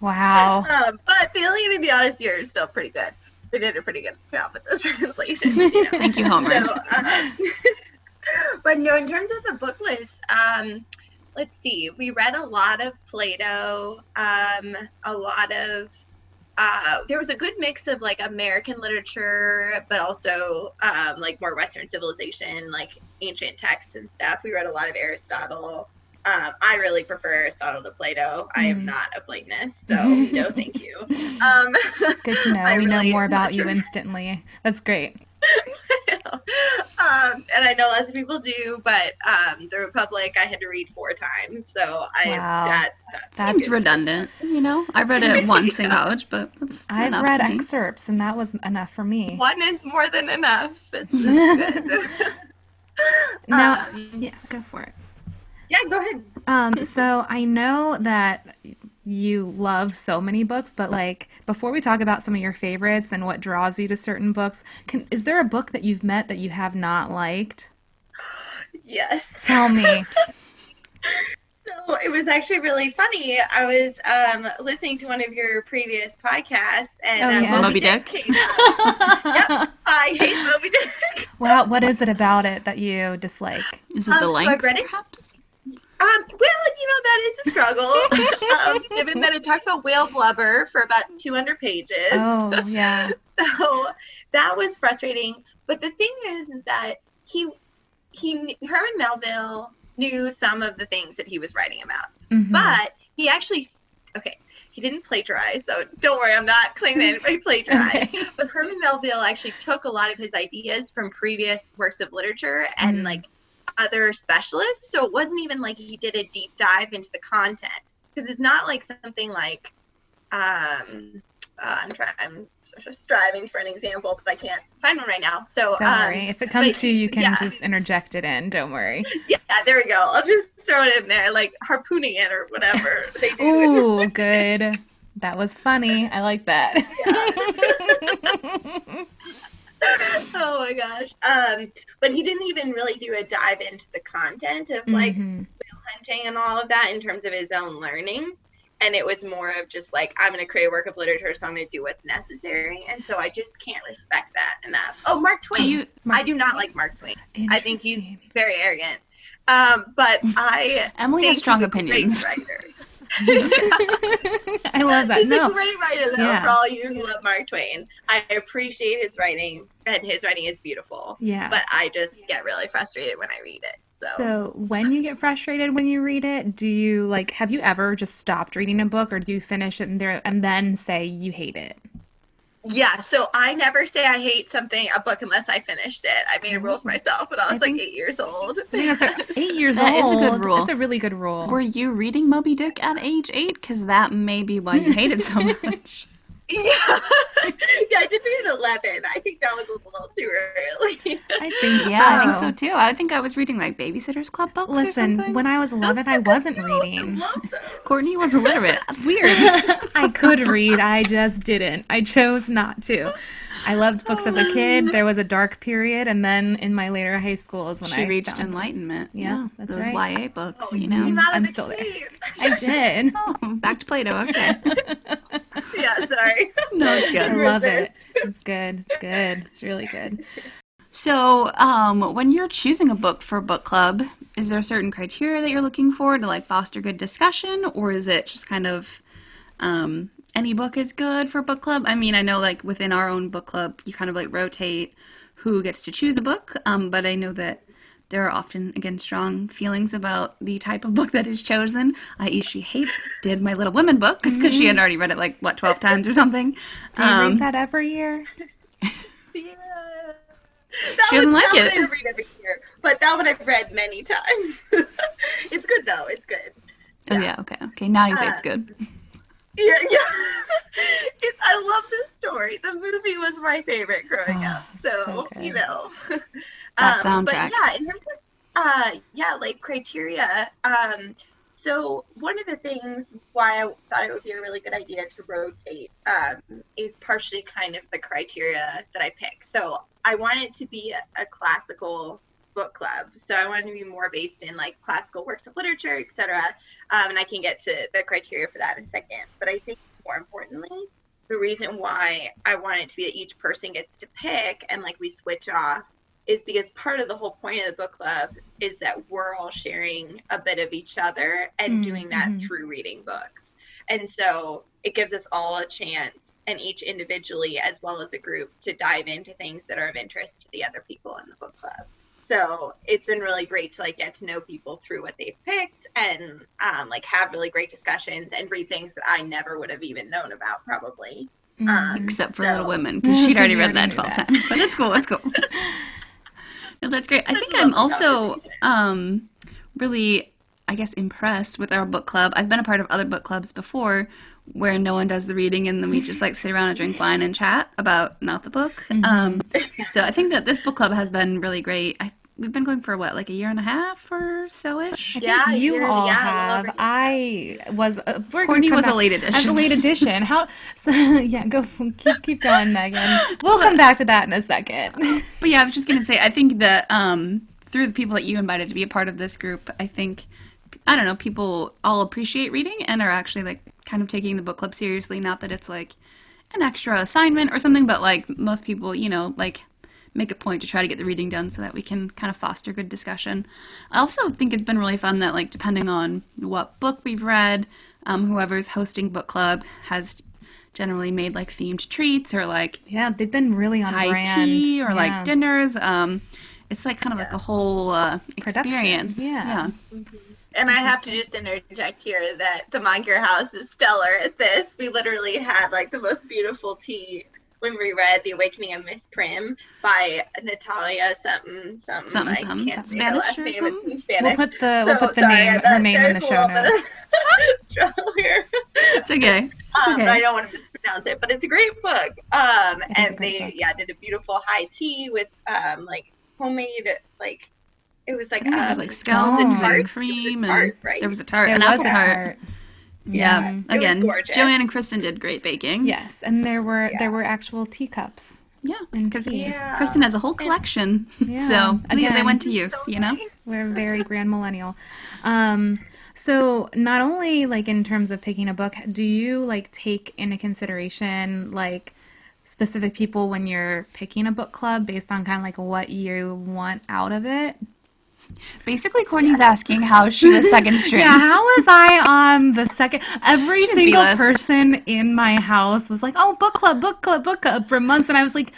S1: wow
S3: Um, but the Iliad and the Odyssey are still pretty good. They did a pretty good job with those translations. You know?
S2: thank you, Homer.
S3: uh, So, um, but no, in terms of the book list, um, let's see, we read a lot of Plato, um, a lot of. Uh, there was a good mix of like American literature, but also um, like more Western civilization, like ancient texts and stuff. We read a lot of Aristotle. Um, I really prefer Aristotle to Plato. I am not a Platonist, so no, thank you. Um,
S1: Good to know.
S3: I
S1: we
S3: really
S1: know more
S3: am
S1: about
S3: not
S1: you
S3: your-
S1: instantly. That's great.
S3: um, and I know lots of people do, but um, the Republic I had to read four times, so I
S1: Wow.
S3: that, that
S1: That's
S2: It's redundant, you know. I read it once in college, but that's
S1: I've
S2: enough
S1: read
S2: for me.
S1: excerpts, and that was enough for me.
S3: one is more than enough. It's, it's good.
S1: Now,
S3: Um,
S2: Yeah, go for it.
S3: yeah, go ahead.
S1: Um, so I know that you love so many books, but like before we talk about some of your favorites and what draws you to certain books, can, is there a book that you've met that you have not liked?
S3: Yes.
S1: Tell me.
S3: So it was actually really funny. I was um, listening to one of your previous podcasts, and
S1: Oh,
S3: uh,
S1: yeah.
S2: Moby Dick.
S3: came up. yep, I hate Moby Dick.
S1: Wow, what is it about it that you dislike?
S2: Is
S3: Um,
S2: it the
S3: so I
S2: length,
S3: read it-
S2: perhaps?
S3: Um, well, you know, that is a struggle. um, given that it talks about whale blubber for about 200 pages.
S1: Oh, yeah.
S3: So that was frustrating. But the thing is, is that he, he, Herman Melville knew some of the things that he was writing about,
S1: Mhm.
S3: but he actually, okay, he didn't plagiarize. So don't worry, I'm not claiming that anybody plagiarized.
S1: Okay.
S3: But Herman Melville actually took a lot of his ideas from previous works of literature and
S1: Mhm.
S3: like other specialists. So it wasn't even like he did a deep dive into the content because it's not like something like um, uh, I'm trying I'm sort of striving for an example, but I can't find one right now. So
S1: Don't
S3: um,
S1: worry. If it comes
S3: but-
S1: to you, you can
S3: yeah.
S1: just interject it in. Don't worry.
S3: yeah, there we go. I'll just throw it in there, like harpooning it or whatever they do.
S1: Ooh, good. That was funny. I like that.
S3: oh my gosh. Um, but he didn't even really do a dive into the content of like
S1: Mhm.
S3: hunting and all of that in terms of his own learning. And it was more of just like, I'm going to create a work of literature, so I'm going to do what's necessary. And so I just can't respect that enough. Oh, Mark Twain.
S2: Do you?
S3: I do not like Mark Twain. I think he's
S1: Interesting. Mm-hmm.
S3: very arrogant. Um, but I.
S2: Emily
S3: think
S2: has strong
S3: he's a great
S2: opinions.
S3: writer.
S1: I love that.
S3: He's
S1: No,
S3: a great writer, though,
S1: Yeah.
S3: for all you who love Mark Twain. I appreciate his writing, and his writing is beautiful.
S1: Yeah.
S3: But I just get really frustrated when I read it.
S1: So when you get frustrated when you read it, do you like have you ever just stopped reading a book or do you finish it and there and then say you hate it?
S3: Yeah, so I never say I hate something a book unless I finished it. I made a rule for myself when I was
S1: think-
S3: like eight years old.
S1: Mm-hmm. I think that's a, eight years
S2: That is
S1: old.
S2: a good rule.
S1: It's a really good rule.
S2: Were you reading Moby Dick at age eight? Because that may be why you hate it so much.
S3: Yeah, yeah, I did read at eleven. I think that was a little too early.
S1: I think
S2: yeah, I think
S1: so.
S2: so too. I think I was reading like Babysitters Club books. or
S1: Listen,
S2: something.
S1: when I was 11, I wasn't reading.
S2: Courtney was illiterate. Weird.
S1: I could read, I just didn't. I chose not to. I loved books as
S2: Oh,
S1: a kid. There was a dark period, and then in my later high school is when
S2: she
S1: I
S2: reached
S1: found
S2: enlightenment.
S1: Yeah, that's
S2: those
S1: right.
S2: YA books. you know,
S3: Came out of
S1: I'm
S3: the
S1: still there.
S3: cave.
S1: I did.
S2: Oh, back to Plato. Okay,
S3: Yeah, sorry.
S2: no, it's
S1: I
S2: good.
S1: love it. It's good. It's good. It's really good.
S2: So, um, when you're choosing a book for a book club, is there certain criteria that you're looking for to like foster good discussion, or is it just kind of um, any book is good for book club? I mean, I know like within our own book club, you kind of like rotate who gets to choose a book, um, but I know that there are often again strong feelings about the type of book that is chosen. I.e., she hate did my Little Women book because she had already read it like what twelve times or something.
S1: Do you
S2: Um,
S1: Mm-hmm. read that every year?
S3: Yeah. That
S2: She doesn't
S3: one-
S2: like
S3: that
S2: it.
S3: One I read every year, but that one I've read many times. it's good though. It's good.
S2: Oh yeah, okay, okay. Now you
S1: Uh,
S2: say it's good.
S3: Yeah, yeah. It, I love this story. The movie was my favorite growing
S1: Oh,
S3: up. So,
S1: so good.
S3: you know.
S2: That
S3: Um, But
S2: soundtrack.
S3: yeah, in terms of uh yeah, like criteria, um so one of the things why I thought it would be a really good idea to rotate um, is partially kind of the criteria that I pick. So I want it to be a, a classical book club. So I want it to be more based in like classical works of literature, etc. Um, and I can get to the criteria for that in a second. But I think more importantly, the reason why I want it to be that each person gets to pick and like we switch off is because part of the whole point of the book club is that we're all sharing a bit of each other and doing that
S1: Mhm.
S3: through reading books. And so it gives us all a chance and each individually as well as a group to dive into things that are of interest to the other people in the book club. So it's been really great to like get to know people through what they've picked and um, like have really great discussions and read things that I never would have even known about probably.
S1: Mm,
S3: Um,
S2: except for
S3: so-
S2: Little Women because she'd
S1: 'Cause
S2: already
S1: you
S2: read
S1: already
S2: that 12
S1: knew that.
S2: times. But it's cool. It's cool. No, that's great. I
S3: That's
S2: think
S3: a
S2: I'm
S3: lovely
S2: also
S3: conversation.
S2: um, really, I guess, impressed with our book club. I've been a part of other book clubs before where no one does the reading and then we just like sit around and drink wine and chat about not the book.
S1: Mm-hmm.
S2: Um, so I think that this book club has been really great. I, we've been going for what, like a year and a half or so ish?
S1: I
S3: Yeah,
S1: think you
S3: you're-
S1: all
S3: yeah,
S1: have. I was. Uh, we're gonna
S2: Courtney
S1: come
S2: was a
S1: back
S2: late
S1: as a
S2: edition.
S1: late edition. How? So yeah, go keep keep going, Megan. We'll come back to that in a second.
S2: But yeah, I was just gonna say, I think that um, through the people that you invited to be a part of this group, I think I don't know, people all appreciate reading and are actually like kind of taking the book club seriously. Not that it's like an extra assignment or something, but like most people, you know, like make a point to try to get the reading done so that we can kind of foster good discussion. I also think it's been really fun that like depending on what book we've read, um, whoever's hosting book club has generally made like themed treats or like
S1: yeah, they've been really on
S2: high
S1: brand.
S2: tea or
S1: Yeah.
S2: like dinners. Um, it's like kind of like a whole uh,
S1: Production,
S2: experience.
S1: yeah. Mm-hmm.
S3: And I have to just interject here that the Monger House is stellar at this. We literally had like the most beautiful tea when we read The Awakening of Miss Prim by Natalia something something.
S2: Something,
S3: I
S2: something.
S3: can't
S2: That's
S3: say the
S2: Spanish
S3: last
S2: or
S3: name.
S2: something?
S3: It's in Spanish.
S1: We'll put the we'll
S3: So,
S1: put the
S3: sorry,
S1: name
S3: that-
S1: her name in the
S3: there's a
S1: show
S3: little
S1: notes.
S3: bit of struggle here.
S2: It's okay.
S3: Um,
S2: okay.
S3: but I don't want to mispronounce it, but it's a great book.
S1: It is
S3: Um,
S1: a
S3: and
S1: great
S3: they
S1: book.
S3: yeah did a beautiful high tea with um like homemade like it was
S2: I
S3: like
S2: think it
S3: um,
S2: was like
S1: scones
S2: scones
S1: and
S2: and
S3: tarts. It
S2: cream,
S3: was a tart,
S2: and
S3: right?
S2: there was a tart,
S1: There
S2: an
S1: was
S2: apple
S1: a
S2: tart.
S1: tart.
S2: Yeah.
S1: Mhm.
S3: was
S2: Again,
S3: gorgeous.
S2: Joanne and Kristen did great baking.
S1: Yes, and there were
S3: Yeah.
S1: there were actual teacups.
S2: Yeah.
S1: And
S2: Because
S1: tea.
S3: Yeah.
S2: Kristen has a whole collection,
S1: Yeah.
S2: so yeah, they
S1: Again,
S2: went to use.
S3: So
S2: you know.
S3: nice.
S1: We're very grand millennial. Um, so not only like in terms of picking a book, do you like take into consideration like specific people when you're picking a book club based on kind of like what you want out of it?
S2: Basically, Courtney's asking how she was second string.
S1: Yeah, how was I on the second? Every
S2: She's
S1: single
S2: B-list.
S1: person in my house was like, "Oh, book club, book club, book club" for months, and I was like.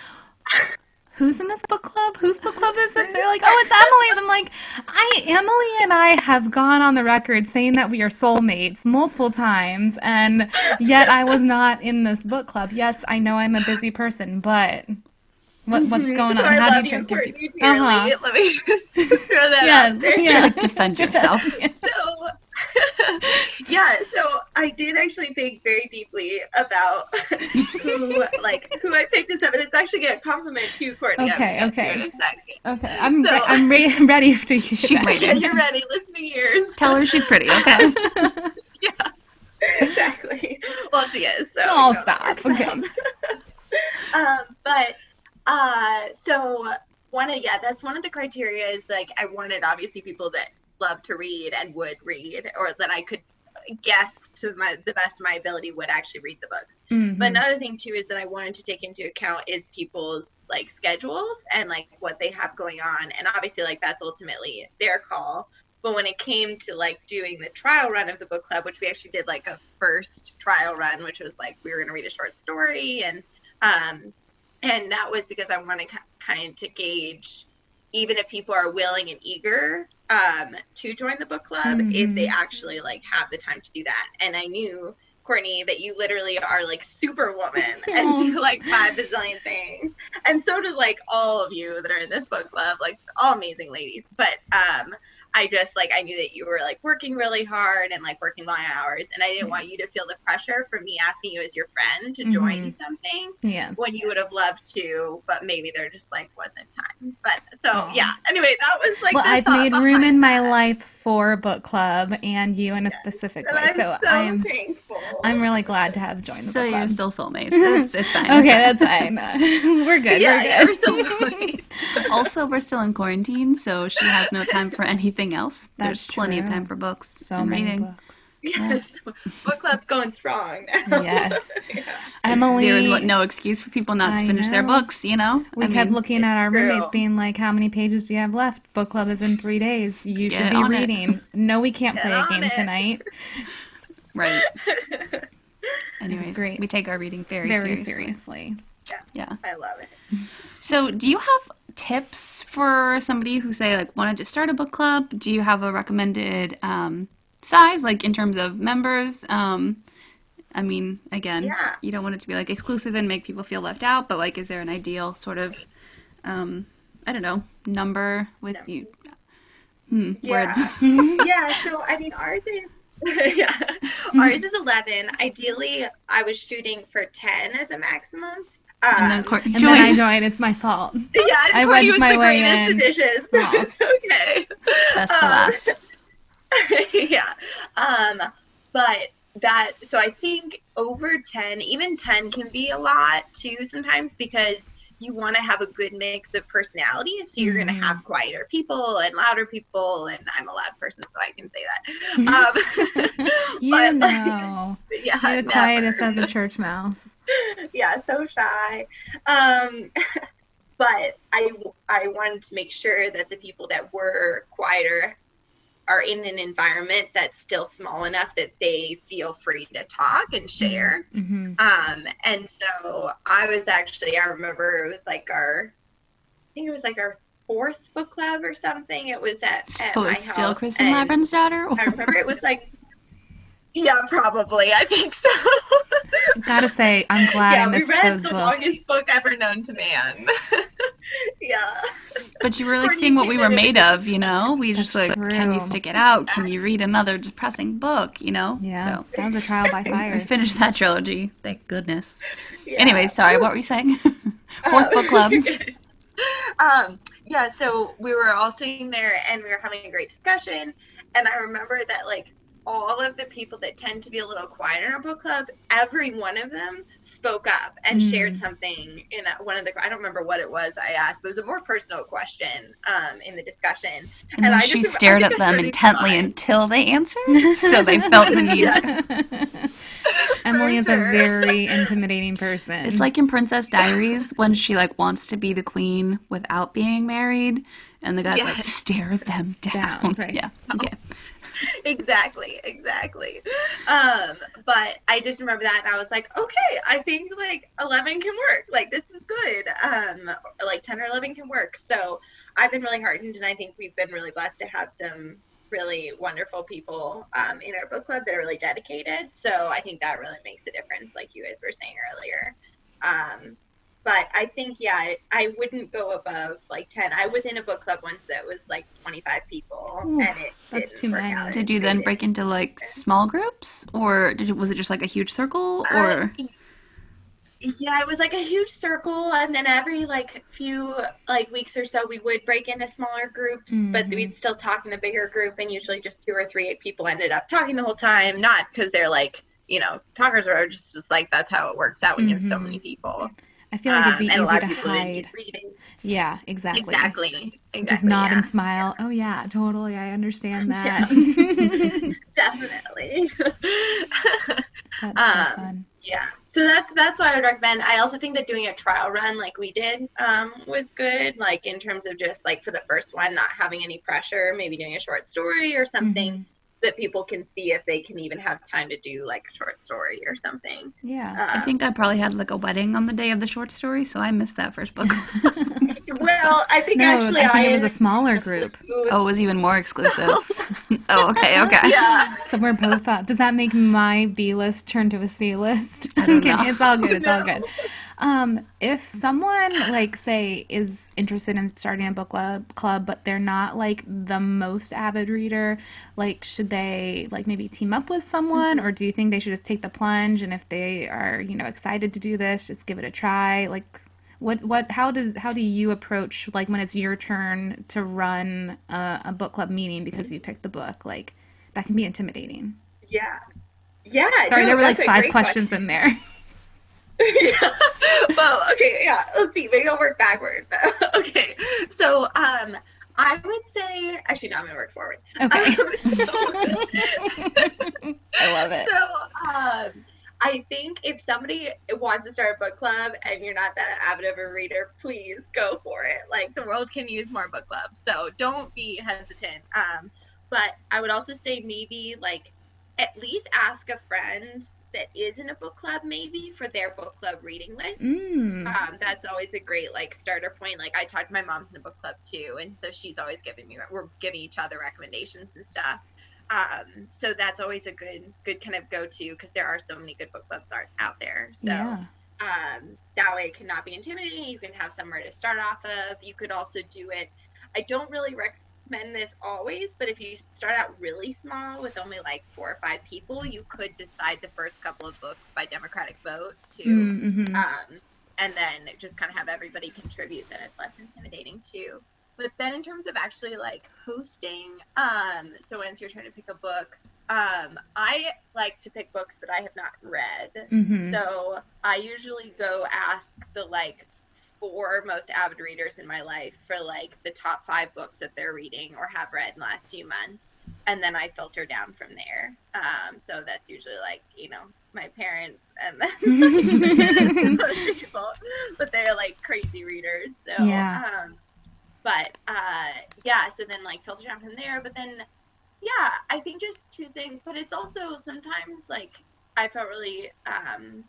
S1: Who's in this book club? Whose book club is this? They're like, oh, it's Emily's. I'm like, I Emily and I have gone on the record saying that we are soulmates multiple times, and yet I was not in this book club. Yes, I know I'm a busy person, but what, what's going on?
S3: Mm-hmm. So I
S1: How
S3: love
S1: do
S3: you,
S1: you pick your people?
S3: Courtney, dearly.
S1: Uh-huh.
S3: Let me just throw that
S1: Yeah,
S3: out there.
S1: yeah.
S2: Like defend yourself.
S3: So, yeah, so I did actually think very deeply about who, like, who I picked as up, and it's actually a compliment to Courtney. I'm
S1: Okay,
S3: gonna get to
S1: okay.
S3: in a second.
S1: Okay, I'm
S3: So-
S1: re- I'm re- ready to. hear
S2: She's
S1: that.
S3: Yeah,
S2: waiting.
S3: you're ready. Listening ears.
S2: Tell her she's pretty. Okay.
S3: exactly. Well, she is. So
S1: Oh,
S3: you know.
S1: stop. Okay.
S3: um, but uh, so one of yeah, that's one of the criteria is like I wanted obviously people that love to read and would read, or that I could guess to my the best of my ability would actually read the books.
S1: Mm-hmm.
S3: But another thing too is that I wanted to take into account is people's like schedules and like what they have going on, and obviously like that's ultimately their call. But when it came to like doing the trial run of the book club, which we actually did like a first trial run, which was like we were gonna read a short story, and um, and that was because I wanted ki- kind to gauge even if people are willing and eager um, to join the book club, if they
S1: Mhm.
S3: actually like have the time to do that. And I knew Courtney, that you literally are like superwoman and
S1: Aw.
S3: do like five bazillion things. And so do like all of you that are in this book club, like all amazing ladies. But um I just like I knew that you were like working really hard and like working long hours and I didn't want you to feel the pressure from me asking you as your friend to
S1: Mm-hmm.
S3: join something
S1: Yeah.
S3: when you would have loved to, but maybe there just like wasn't time. But so
S1: Aw.
S3: yeah. Anyway, that was like
S1: well,
S3: the
S1: I've
S3: thought
S1: made room
S3: behind
S1: in my
S3: that.
S1: life for a book club and you in a specific
S3: And
S1: way.
S3: I'm so,
S1: So I am
S3: thankful.
S1: I'm really glad to have joined the
S2: So
S1: book
S2: you're
S1: club.
S2: still soulmates. It's, it's fine.
S1: Okay,
S2: It's
S1: that's fine. we're good.
S3: yeah,
S1: we're
S3: yeah, we're
S1: good.
S3: still doing
S2: fine. Also, we're still in quarantine, so she has no time for anything else.
S1: That's
S2: There's plenty of
S1: true.
S2: time for books
S1: So
S2: and
S1: many
S2: reading.
S1: books.
S3: yes. Book club's going strong now.
S1: Yes. Emily.
S2: There is like, no excuse for people not to
S1: I
S2: finish their
S1: know.
S2: books, you know?
S1: We
S2: I
S1: kept
S2: mean,
S1: looking at
S3: it's
S1: our roommates,
S3: true.
S1: being like, "How many pages do you have left? Book club is in three days. You
S2: Get
S1: should be
S2: on it."
S1: reading." No, we can't
S3: Get
S1: play a
S3: on
S1: game
S3: it.
S1: tonight.
S2: Right. Anyways,
S1: great.
S2: we take our reading very,
S1: Very
S2: seriously.
S1: seriously.
S2: Yeah.
S3: I love it.
S2: So, do you have tips for somebody who say like wanted to start a book club? Do you have a recommended um, size, like in terms of members? Um, I mean, again,
S3: Yeah.
S2: you don't want it to be like exclusive and make people feel left out, but like, is there an ideal sort of, um, I don't know, number with
S3: No.
S2: you? Hmm,
S3: Yeah.
S2: words.
S3: yeah, so I mean, ours is yeah, ours is eleven. Ideally, I was shooting for ten as a maximum. Um,
S2: And then Courtney
S1: And then I
S2: joined.
S1: joined. It's my fault.
S3: yeah, and
S1: I
S3: Courtney
S1: wedged
S3: was
S1: my
S3: the
S1: way
S3: greatest
S1: in.
S3: addition, so
S1: Aw.
S3: it's okay.
S2: Best for
S3: Um,
S2: last.
S3: yeah. Um, but that so I think over 10, even 10 can be a lot too sometimes because you want to have a good mix of personalities. So you're going
S1: Mm.
S3: to have quieter people and louder people and I'm a loud person so I can say that. Um,
S1: You
S3: but, like,
S1: know,
S3: yeah.
S1: you're the
S3: never.
S1: quietest as a church mouse.
S3: yeah, so shy. Um, but I I wanted to make sure that the people that were quieter are in an environment that's still small enough that they feel free to talk and
S2: Mm-hmm.
S3: share.
S1: hmm
S3: Um, and so I was actually I remember it was like our I think it was like our fourth book club or something. It was at, at
S2: So
S3: my
S2: it's still
S3: house,
S2: Kristen
S3: and
S2: Lavren's daughter?
S3: I remember it was like yeah, probably. I think so.
S1: Gotta say, I'm glad I
S3: yeah, we
S1: missed
S3: read
S1: those
S3: the
S1: books.
S3: longest book ever known to man. yeah.
S2: But you were like
S3: Courtney
S2: seeing what we
S3: did
S2: were
S3: it.
S2: made of, you know? We just like, can
S1: true.
S2: you stick it out? Can you read another depressing book, you know?
S1: Yeah,
S2: So
S1: that was a trial by
S2: we
S1: fire.
S2: finished that trilogy. Thank goodness.
S3: yeah.
S2: Anyway, sorry, what were you saying? Fourth book club.
S3: um, yeah, so we were all sitting there and we were having a great discussion. And I remember that, like, all of the people that tend to be a little quiet in our book club, every one of them spoke up and
S1: Mm.
S3: shared something in a, one of the, I don't remember what it was I asked, but it was a more personal question um, in the discussion.
S2: And
S3: And
S2: then
S3: I
S2: she
S3: just- I
S2: stared
S3: think
S2: at
S3: I
S2: them
S3: started
S2: intently
S3: crying.
S2: until they answered. So they felt the need. to-
S1: Emily is a
S3: sure.
S1: very intimidating person.
S2: It's like in Princess Diaries when she like wants to be the queen without being married and the guy's like
S3: Yes.
S2: stare them down.
S1: Down, right.
S2: Yeah. Okay.
S3: exactly exactly um but i just remember that and i was like okay i think like 11 can work like this is good um like 10 or 11 can work so i've been really heartened and i think we've been really blessed to have some really wonderful people um, in our book club that are really dedicated so i think that really makes a difference like you guys were saying earlier um but I think yeah, I- I wouldn't go above like ten. I was in a book club once that was like twenty five people,
S1: Ooh,
S3: and it
S1: that's
S3: didn't
S1: too
S3: work
S1: many.
S3: out.
S2: Did you
S3: It
S2: then
S3: didn't
S2: break into like small groups or did it, was it just like a huge circle or
S3: Uh, yeah, it was like a huge circle, and then every like few like weeks or so, we would break into smaller groups, but
S1: Mhm.
S3: we'd still talk in the bigger group, and usually just two or three people ended up talking the whole time, not because they're like you know talkers or just, just like that's how it works out when you have so
S1: Mhm.
S3: many people.
S1: I feel like it'd
S3: Um,
S1: be
S3: and a
S1: easy
S3: lot
S1: to
S3: of people didn't do
S1: hide.
S3: reading.
S1: Yeah, exactly.
S3: Exactly, exactly.
S1: Just nod
S3: yeah.
S1: and smile. Oh yeah, totally. I understand
S3: Yeah.
S1: that. That's
S3: Definitely.
S1: so
S3: Um,
S1: fun.
S3: Yeah. So that's that's why I would recommend. I also think that doing a trial run like we did um, was good. Like in terms of just like for the first one, not having any pressure, maybe doing a short story or something
S1: Mhm.
S3: that people can see if they can even have time to do like a short story or something.
S1: Yeah.
S2: I
S3: Um,
S2: think I probably had like a wedding on the day of the short story, so I missed that first book.
S3: well, I think
S1: No,
S3: actually
S1: I think it was
S3: I
S1: a smaller group.
S2: oh, it was even more exclusive. oh, okay, okay.
S3: yeah.
S1: So we're both up. Does that make my B list turn to a C list?
S2: I don't
S1: I'm kidding.
S2: know.
S1: It's all good. It's all
S3: No.
S1: good. Um, if someone like say is interested in starting a book club, club, but they're not like the most avid reader, like should they like maybe team up with someone,
S3: Mm-hmm.
S1: or do you think they should just take the plunge? And if they are you know excited to do this, just give it a try. Like what what how does how do you approach like when it's your turn to run a, a book club meeting because you picked the book? Like that can be intimidating.
S3: Yeah. Yeah.
S1: Sorry,
S3: Uh, no,
S1: there were like
S3: that's a
S1: five
S3: great
S1: questions in there.
S3: yeah. Well, okay, yeah. Let's see. Maybe I'll work backward. okay. So, um, I would say actually, no, I'm gonna work forward.
S1: Okay.
S3: Um, so,
S1: I love it.
S3: so, um, I think if somebody wants to start a book club and you're not that avid of a reader, please go for it. Like the world can use more book clubs, so don't be hesitant. Um, but I would also say maybe like at least ask a friend that is in a book club maybe for their book club reading list.
S1: Mm.
S3: Um, that's always a great like starter point. Like I talked to my mom's in a book club too, and so she's always giving me we're giving each other recommendations and stuff. Um, so that's always a good good kind of go to because there are so many good book clubs are, out there. So
S1: Yeah.
S3: um, that way it cannot be intimidating. You can have somewhere to start off of. You could also do it. I don't really recommend this always, but if you start out really small with only like four or five people, you could decide the first couple of books by democratic vote to
S1: Mm-hmm.
S3: um, and then just kind of have everybody contribute then it's less intimidating too but then in terms of actually like hosting um, so once you're trying to pick a book um, i like to pick books that i have not read
S1: Mm-hmm.
S3: so i usually go ask the like four most avid readers in my life for like the top five books that they're reading or have read in the last few months and then i filter down from there um, so that's usually like you know my parents and then most people, but they're like crazy readers. So,
S1: Yeah.
S3: um, but uh, yeah, so then like filter down from there. But then, yeah, I think just choosing, but it's also sometimes like I felt really um,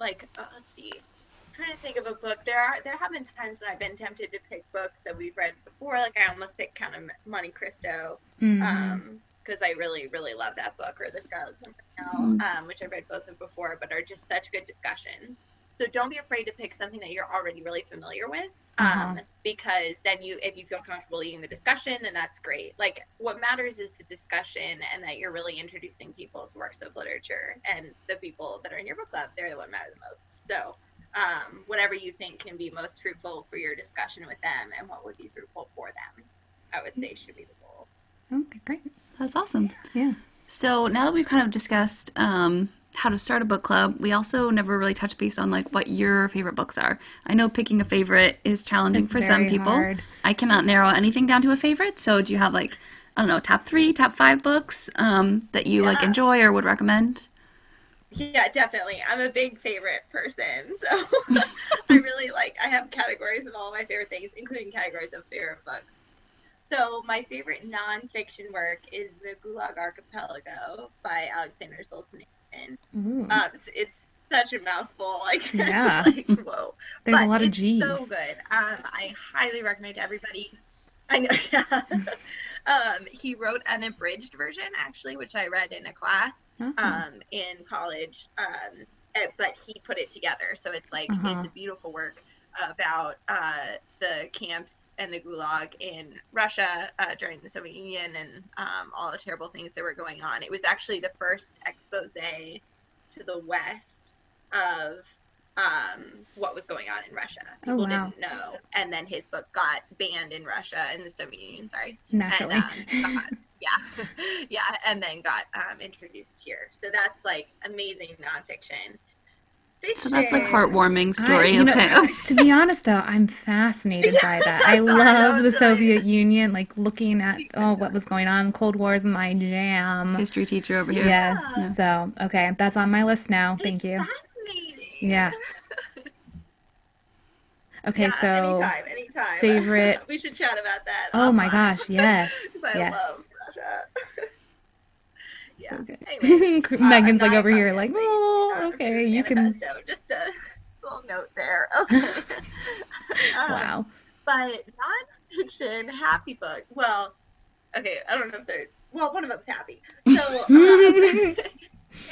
S3: like, uh, let's see. I'm Trying to think of a book. There are there have been times when I've been tempted to pick books that we've read before. Like I almost picked Count of Monte Cristo,
S1: Mhm.
S3: um because i really really love that book or the scarlet pimpernel um, which i've read both of before but are just such good discussions so don't be afraid to pick something that you're already really familiar with um,
S1: Uh-huh.
S3: because then you if you feel comfortable leading the discussion then that's great like what matters is the discussion and that you're really introducing people to works of literature and the people that are in your book club they're the one matter the most so um, whatever you think can be most fruitful for your discussion with them and what would be fruitful for them i would say should be the goal
S1: Okay, great.
S4: That's awesome.
S3: Um,
S1: Yeah.
S4: So now that we've kind of discussed um, how to start a book club, we also never really touched base on like what your favorite books are. I know picking a favorite is challenging
S1: It's
S4: for some
S1: very
S4: people.
S1: hard.
S4: I cannot narrow anything down to a favorite. So do you have like I don't know top three, top five books um, that you like
S3: Yeah.
S4: enjoy or would recommend?
S3: Yeah, definitely. I'm a big favorite person, so I really like. I have categories of all my favorite things, including categories of favorite books. So my favorite nonfiction work is *The Gulag Archipelago* by Alexander Solzhenitsyn.
S1: Ooh,
S3: Um, s- it's such a mouthful. Like,
S1: Mm. Yeah.
S3: like whoa.
S1: there's a
S3: But
S1: lot of
S3: it's
S1: G's.
S3: So good. Um, I highly recommend everybody. I know. Yeah. um, he wrote an abridged version actually, which I read in a class
S1: Oh.
S3: um, in college, um, eh, but he put it together. So it's like
S1: Uh-huh.
S3: it's a beautiful work about uh, the camps and the gulag in Russia uh, during the Soviet Union and um, all the terrible things that were going on. It was actually the first expose to the West of um, what was going on in Russia.
S1: Oh,
S3: People
S1: wow.
S3: didn't know, and then his book got banned in Russia and the Soviet Union. Sorry
S1: Naturally.
S3: and um, got, yeah yeah and then got um, introduced here so that's like amazing nonfiction Fiction.
S4: So that's like heartwarming story.
S1: I- you know,
S4: okay.
S1: to be honest, though, I'm fascinated by that. I
S3: I saw
S1: love
S3: that,
S1: the
S3: so I-
S1: Soviet Union, like looking at oh, what was going on. Cold War is my jam.
S4: History teacher over here.
S1: Yes. So, okay, that's on my list now. Thank
S3: It's
S1: you.
S3: fascinating
S1: Yeah. Okay,
S3: Yeah,
S1: so
S3: anytime anytime
S1: favorite-
S3: we should chat about that
S1: oh my
S3: offline,
S1: gosh, yes,
S3: 'cause I
S1: yes.
S3: love Russia. yeah
S1: So good.
S3: anyway uh,
S1: Megan's like
S3: not
S1: over here,
S3: obviously,
S1: like,
S3: not
S1: oh,
S3: a
S1: okay,
S3: Manifesto,
S1: you can.
S3: just a little note there okay Um,
S1: Wow.
S3: but nonfiction happy book. Well, okay, I don't know if they're well. One of them's happy. So, um,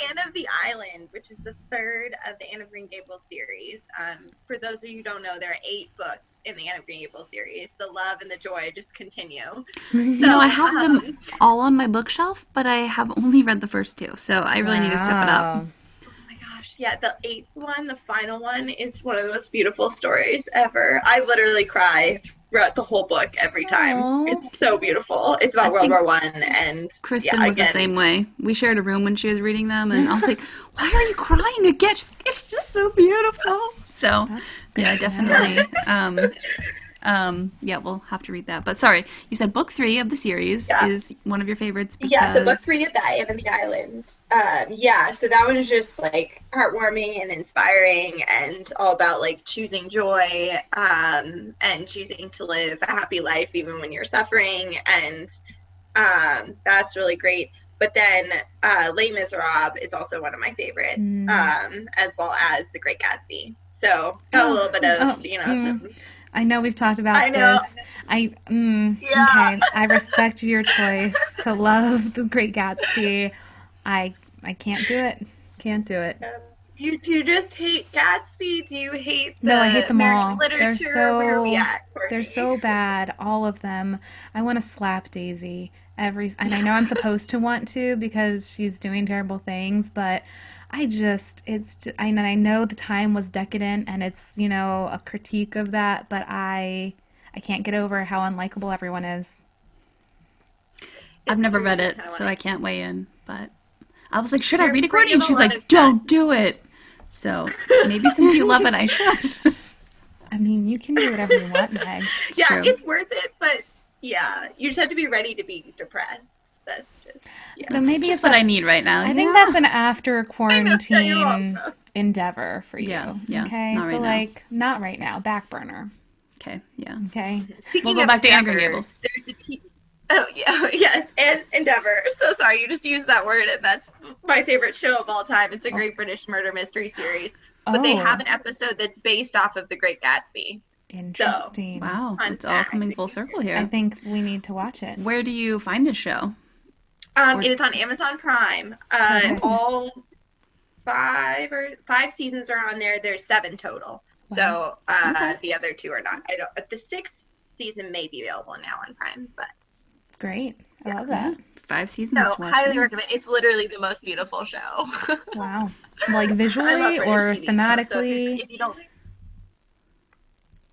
S3: Anne of the Island, which is the third of the Anne of Green Gables series. Um, for those of you who don't know, there are eight books in the Anne of Green Gables series. The love and the joy just continue.
S4: You know, I have
S3: um,
S4: them all on my bookshelf, but I have only read the first two, so I really need to step it up.
S1: Wow.
S3: Oh my gosh, yeah, the eighth one, the final one, is one of the most beautiful stories ever. I literally cry wrote the whole book every time.
S1: Aw.
S3: It's so beautiful. It's about
S2: I
S3: World
S2: think
S3: War One and
S2: Kristen
S3: yeah,
S2: was the
S3: again,
S2: same way. We shared a room when she was reading them, and I was like, "Why are you crying again?" She's like, "It's just so beautiful." So, yeah, definitely. Um, um, yeah, we'll have to read that. But sorry, you said book three of the series
S3: Yeah.
S2: is one of your favorites. Because...
S3: Yeah, so book three of The Eye and the Island. Um, yeah, so that one is just like heartwarming and inspiring and all about like choosing joy um, and choosing to live a happy life even when you're suffering. And um, that's really great. But then uh, Les Miserables is also one of my favorites,
S1: Mm.
S3: um, as well as The Great Gatsby. So got a
S1: Oh,
S3: little bit of,
S1: oh,
S3: you know,
S1: mm.
S3: some.
S1: I know we've talked about
S3: I know.
S1: this. I mm,
S3: Yeah.
S1: okay. I respect your choice to love The Great Gatsby. I I can't do it. Can't do it.
S3: You do you just hate Gatsby. Do you hate the
S1: No, I hate them
S3: American
S1: all. They're
S3: literature? Where are
S1: so-
S3: we at?
S1: They're
S3: Courtney?
S1: so bad, all of them. I want to slap Daisy every, and I know I'm supposed to want to because she's doing terrible things, but I just, it's, ju- I- and I know the time was decadent, and it's, you know, a critique of that, but I, I can't get over how unlikable everyone is.
S2: I've
S3: It's
S2: never
S3: true,
S2: read
S3: it's
S2: it,
S3: kinda
S2: so
S3: like-
S2: I can't weigh in. But I was like, "Should I
S3: You're
S2: read it,
S3: afraid
S2: Courtney?" And
S3: of a
S2: she's
S3: lot
S2: like,
S3: of
S2: "Don't do it." So maybe since you love it, I should.
S1: I mean, you can do whatever you want, Meg.
S2: It's
S3: yeah,
S2: true.
S3: it's worth it, but yeah, you just have to be ready to be depressed. That's just yeah.
S1: So maybe
S2: just
S1: it's
S2: what
S1: a-
S2: I need right now.
S1: I think
S2: Yeah.
S1: that's an after
S3: set you up,
S1: quarantine
S3: though.
S1: endeavor for you.
S2: Yeah, yeah,
S1: Okay,
S2: not
S1: so
S2: right now.
S1: like, not right now, back burner.
S2: okay. Yeah.
S1: Okay.
S3: Speaking
S2: We'll go
S3: of
S2: back to Angry
S3: Amber,
S2: Gables.
S3: There's a T. Oh yeah, yes, and Endeavor. So sorry, you just used that word, and that's my favorite show of all time.
S2: Oh.
S3: It's a great British murder mystery series, but they
S1: Oh.
S3: have an episode that's based off of The Great Gatsby.
S1: Interesting.
S2: Wow,
S3: Fun
S2: it's all coming
S3: fact.
S2: full circle
S1: I
S2: here.
S1: think we need to watch it.
S2: Where do you find this show?
S3: Um,
S1: Or-
S3: it is on Amazon Prime. Uh,
S1: Perfect.
S3: all five or five seasons are on there. There's seven total. So uh,
S2: Okay.
S3: the other two are not. I don't. The sixth season may be available now on Prime, but
S1: It's great. I love
S2: Yeah,
S1: that.
S2: Five seasons.
S3: so
S2: watch
S3: highly
S2: me.
S3: recommend. It's literally the most beautiful show. I
S1: Wow. Like
S3: love
S1: visually
S3: British
S1: or
S3: TV shows, so if you're-
S1: thematically.
S3: if you don't,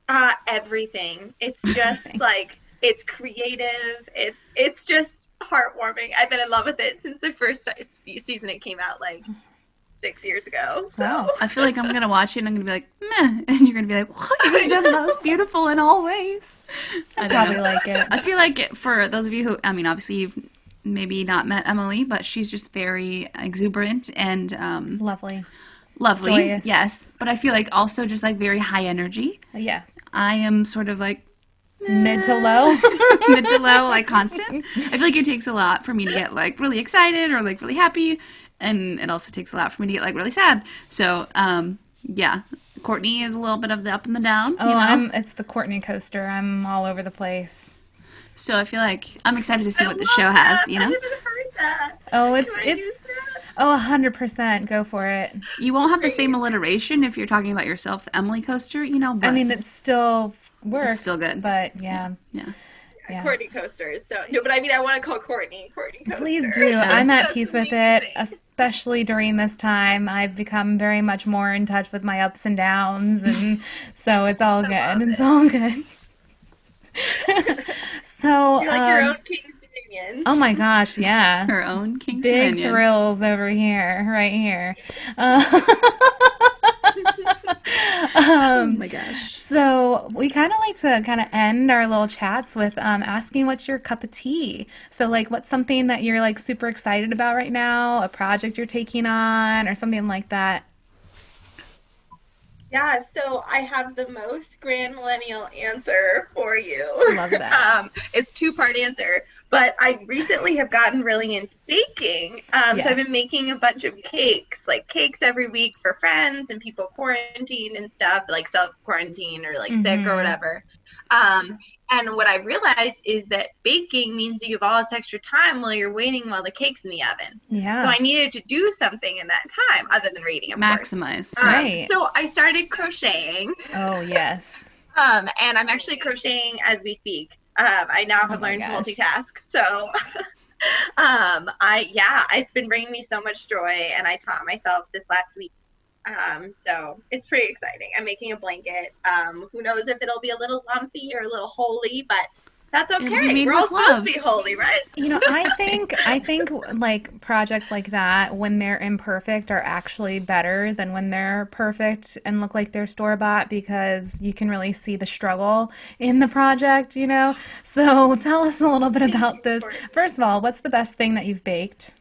S3: uh, everything. It's just
S1: Everything.
S3: like it's creative. It's it's just heartwarming. I've been in love with it since the first se- season it came out, like six years ago. So.
S1: Wow.
S2: I feel like I'm gonna watch it and I'm gonna be like, meh, and you're gonna be like, what? It was the most beautiful in all ways. I
S1: I
S2: don't
S1: probably
S2: know.
S1: like it.
S2: I feel like for those of you who, I mean, obviously you've maybe not met Emily, but she's just very exuberant and um,
S1: Lovely.
S2: lovely.
S1: Joyous.
S2: Yes, but I feel like also just like very high energy.
S1: Uh, Yes.
S2: I am sort of like
S1: Mid to low.
S2: mid to low, like constant. I feel like it takes a lot for me to get like really excited or like really happy, and it also takes a lot for me to get like really sad. So, um, yeah, Courtney is a little bit of the up and the down.
S1: Oh,
S2: you know?
S1: I'm it's the Courtney coaster. I'm all over the place.
S2: so I feel like I'm excited to see
S3: I
S2: what the
S3: love
S2: show
S3: that.
S2: has. You
S3: I
S2: know,
S3: haven't heard that.
S1: Oh, it's
S3: Can I use
S1: it's
S3: that?
S1: oh, hundred percent. Go for it.
S2: you won't have the same alliteration if you're talking about yourself, Emily Coaster. You know, but
S1: I mean, it still works.
S2: still good.
S1: But yeah,
S2: yeah,
S1: yeah.
S3: Courtney coasters. So no, but I mean, I want to call Courtney Courtney coaster.
S1: Please do. I'm at
S3: That's
S1: peace with it,
S3: amazing.
S1: especially during this time. I've become very much more in touch with my ups and downs, and so it's all good. It's all good. so,
S3: You're like your
S1: um,
S3: own King's Dominion.
S1: oh my gosh, yeah.
S2: her own King's
S1: Big
S2: Dominion.
S1: thrills over here, right here. Uh, um,
S2: Oh my gosh.
S1: So we kind of like to kind of end our little chats with um, asking what's your cup of tea. So like, what's something that you're like super excited about right now? A project you're taking on, or something like that.
S3: Yeah. So I have the most grand millennial answer for you.
S1: Love that.
S3: Um, it's two part answer, but I recently have gotten really into baking. Um, So I've
S1: Yes.
S3: been making a bunch of cakes, like cakes every week for friends and people quarantined and stuff, like self quarantine or like sick
S1: Mhm.
S3: or whatever. Um, and what I've realized is that baking means you have all this extra time while you're waiting while the cake's in the oven.
S1: Yeah.
S3: So I needed to do something in that time other than reading, of course.
S2: Maximize.
S3: Um,
S1: Right.
S3: So I started crocheting.
S1: Oh yes.
S3: Um, and I'm actually crocheting as we speak. Um, I now
S1: Oh
S3: have
S1: my
S3: learned
S1: gosh.
S3: to multitask. So, um, I yeah, it's been bringing me so much joy, and I taught myself this last week Um, so it's pretty exciting. I'm making a blanket. Um, who knows if it'll be a little lumpy or a little holy, but that's okay.
S4: made
S3: We're all
S4: with
S3: supposed
S4: love.
S3: to be holy, right?
S1: You know, I think I think like projects like that when they're imperfect are actually better than when they're perfect and look like they're store bought because you can really see the struggle in the project, you know. So tell us a little bit about this. First of all, what's the best thing that you've baked?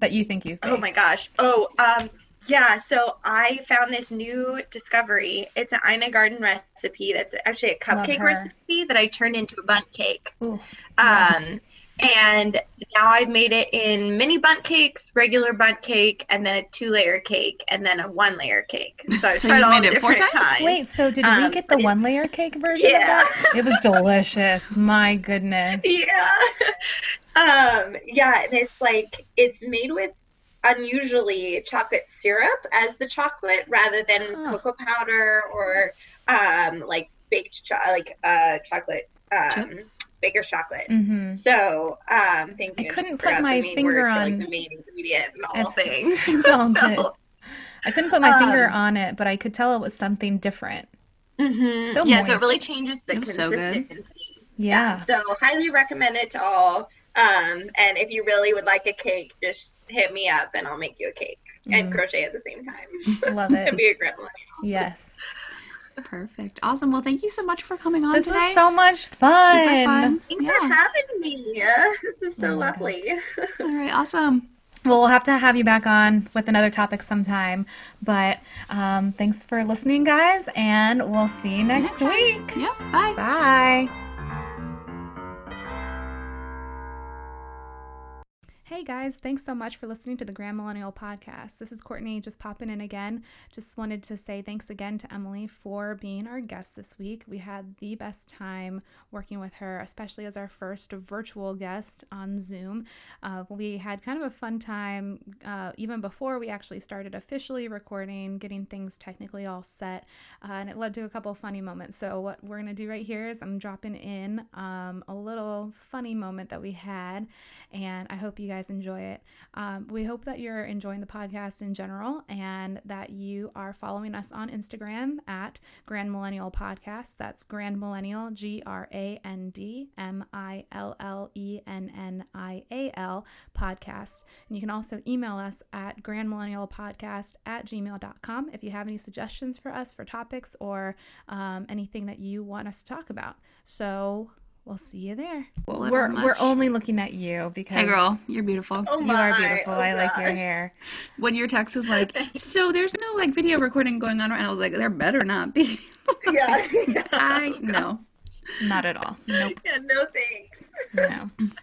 S1: That you think you've
S3: Oh
S1: baked?
S3: my gosh. Oh, um, yeah. So I found this new discovery. It's an Ina Garden recipe. That's actually a
S1: Love
S3: cupcake
S1: her.
S3: recipe that I turned into a bunt cake.
S1: Ooh,
S3: Um, and now I've made it in mini bunt cakes, regular bunt cake, and then a two-layer cake, and then a one-layer cake. So I
S4: So
S3: tried
S4: you
S3: all
S4: made
S3: the
S4: it four
S3: different
S4: times?
S3: kinds.
S1: Wait, so did we
S3: Um,
S1: get
S3: but
S1: the
S3: it's-
S1: one layer cake version of
S3: Yeah.
S1: that? It was delicious. My goodness.
S3: yeah um yeah and it's like it's made with unusually chocolate syrup as the chocolate rather than
S1: Huh.
S3: cocoa powder or um like baked cho- like uh chocolate um
S4: Chips?
S3: baker's chocolate
S1: Mm-hmm.
S3: so um thank
S1: I
S3: you
S1: couldn't
S3: just
S1: put
S3: forgot the
S1: my
S3: main
S1: finger
S3: word for, like
S1: on-
S3: the main ingredient and all
S1: It's-
S3: things
S1: it's all good.
S3: So-
S1: I couldn't put my finger
S3: Um,
S1: on it, but I could tell it was something different.
S3: Mhm.
S1: So
S3: yeah so it really
S1: moist.
S3: changes the
S4: It was so good.
S3: consistency
S1: Yeah.
S3: So highly recommend it to all. Um, and if you really would like a cake, just hit me up and I'll make you a cake and
S1: Mm.
S3: crochet at the same time
S1: Love
S3: and
S1: it.
S3: be a gremlin.
S1: Yes.
S4: Perfect. Awesome. Well, thank you so much for coming on
S1: This
S4: today.
S1: was so much
S4: Super
S1: fun.
S4: fun.
S3: Thanks for
S4: Yeah.
S3: having me. This is so
S1: Oh my gosh.
S3: lovely.
S4: All right. Awesome.
S1: Well, we'll have to have you back on with another topic sometime. But um, thanks for listening, guys, and we'll see you next
S4: next
S1: week.
S4: Yep. Bye.
S1: Bye. Hey guys, thanks so much for listening to the Grand Millennial Podcast. This is Courtney just popping in again. Just wanted to say thanks again to Emily for being our guest this week. We had the best time working with her, especially as our first virtual guest on Zoom. Uh, we had kind of a fun time uh, even before we actually started officially recording, getting things technically all set, uh, and it led to a couple funny moments. So, what we're going to do right here is I'm dropping in um, a little funny moment that we had, and I hope you guys enjoy it. Um, we hope that you're enjoying the podcast in general and that you are following us on Instagram at Grand Millennial Podcast. That's Grand Millennial, G R A N D M I L L E N N I A L podcast. And you can also email us at grandmillennialpodcast at gmail.com if you have any suggestions for us for topics or um, anything that you want us to talk about. So we'll see you there.
S4: Little
S1: we're,
S4: much.
S1: we're only looking at you because
S4: Hey, girl. You're beautiful.
S3: Oh
S1: you
S3: my.
S1: are beautiful.
S3: oh
S1: I like your
S3: God.
S1: hair.
S4: When your text was like, so there's no like video recording going on, right now," I was like, there better not be.
S3: Yeah.
S1: Oh,
S4: I know.
S1: Not at all. Nope.
S3: yeah. No thanks.
S1: No.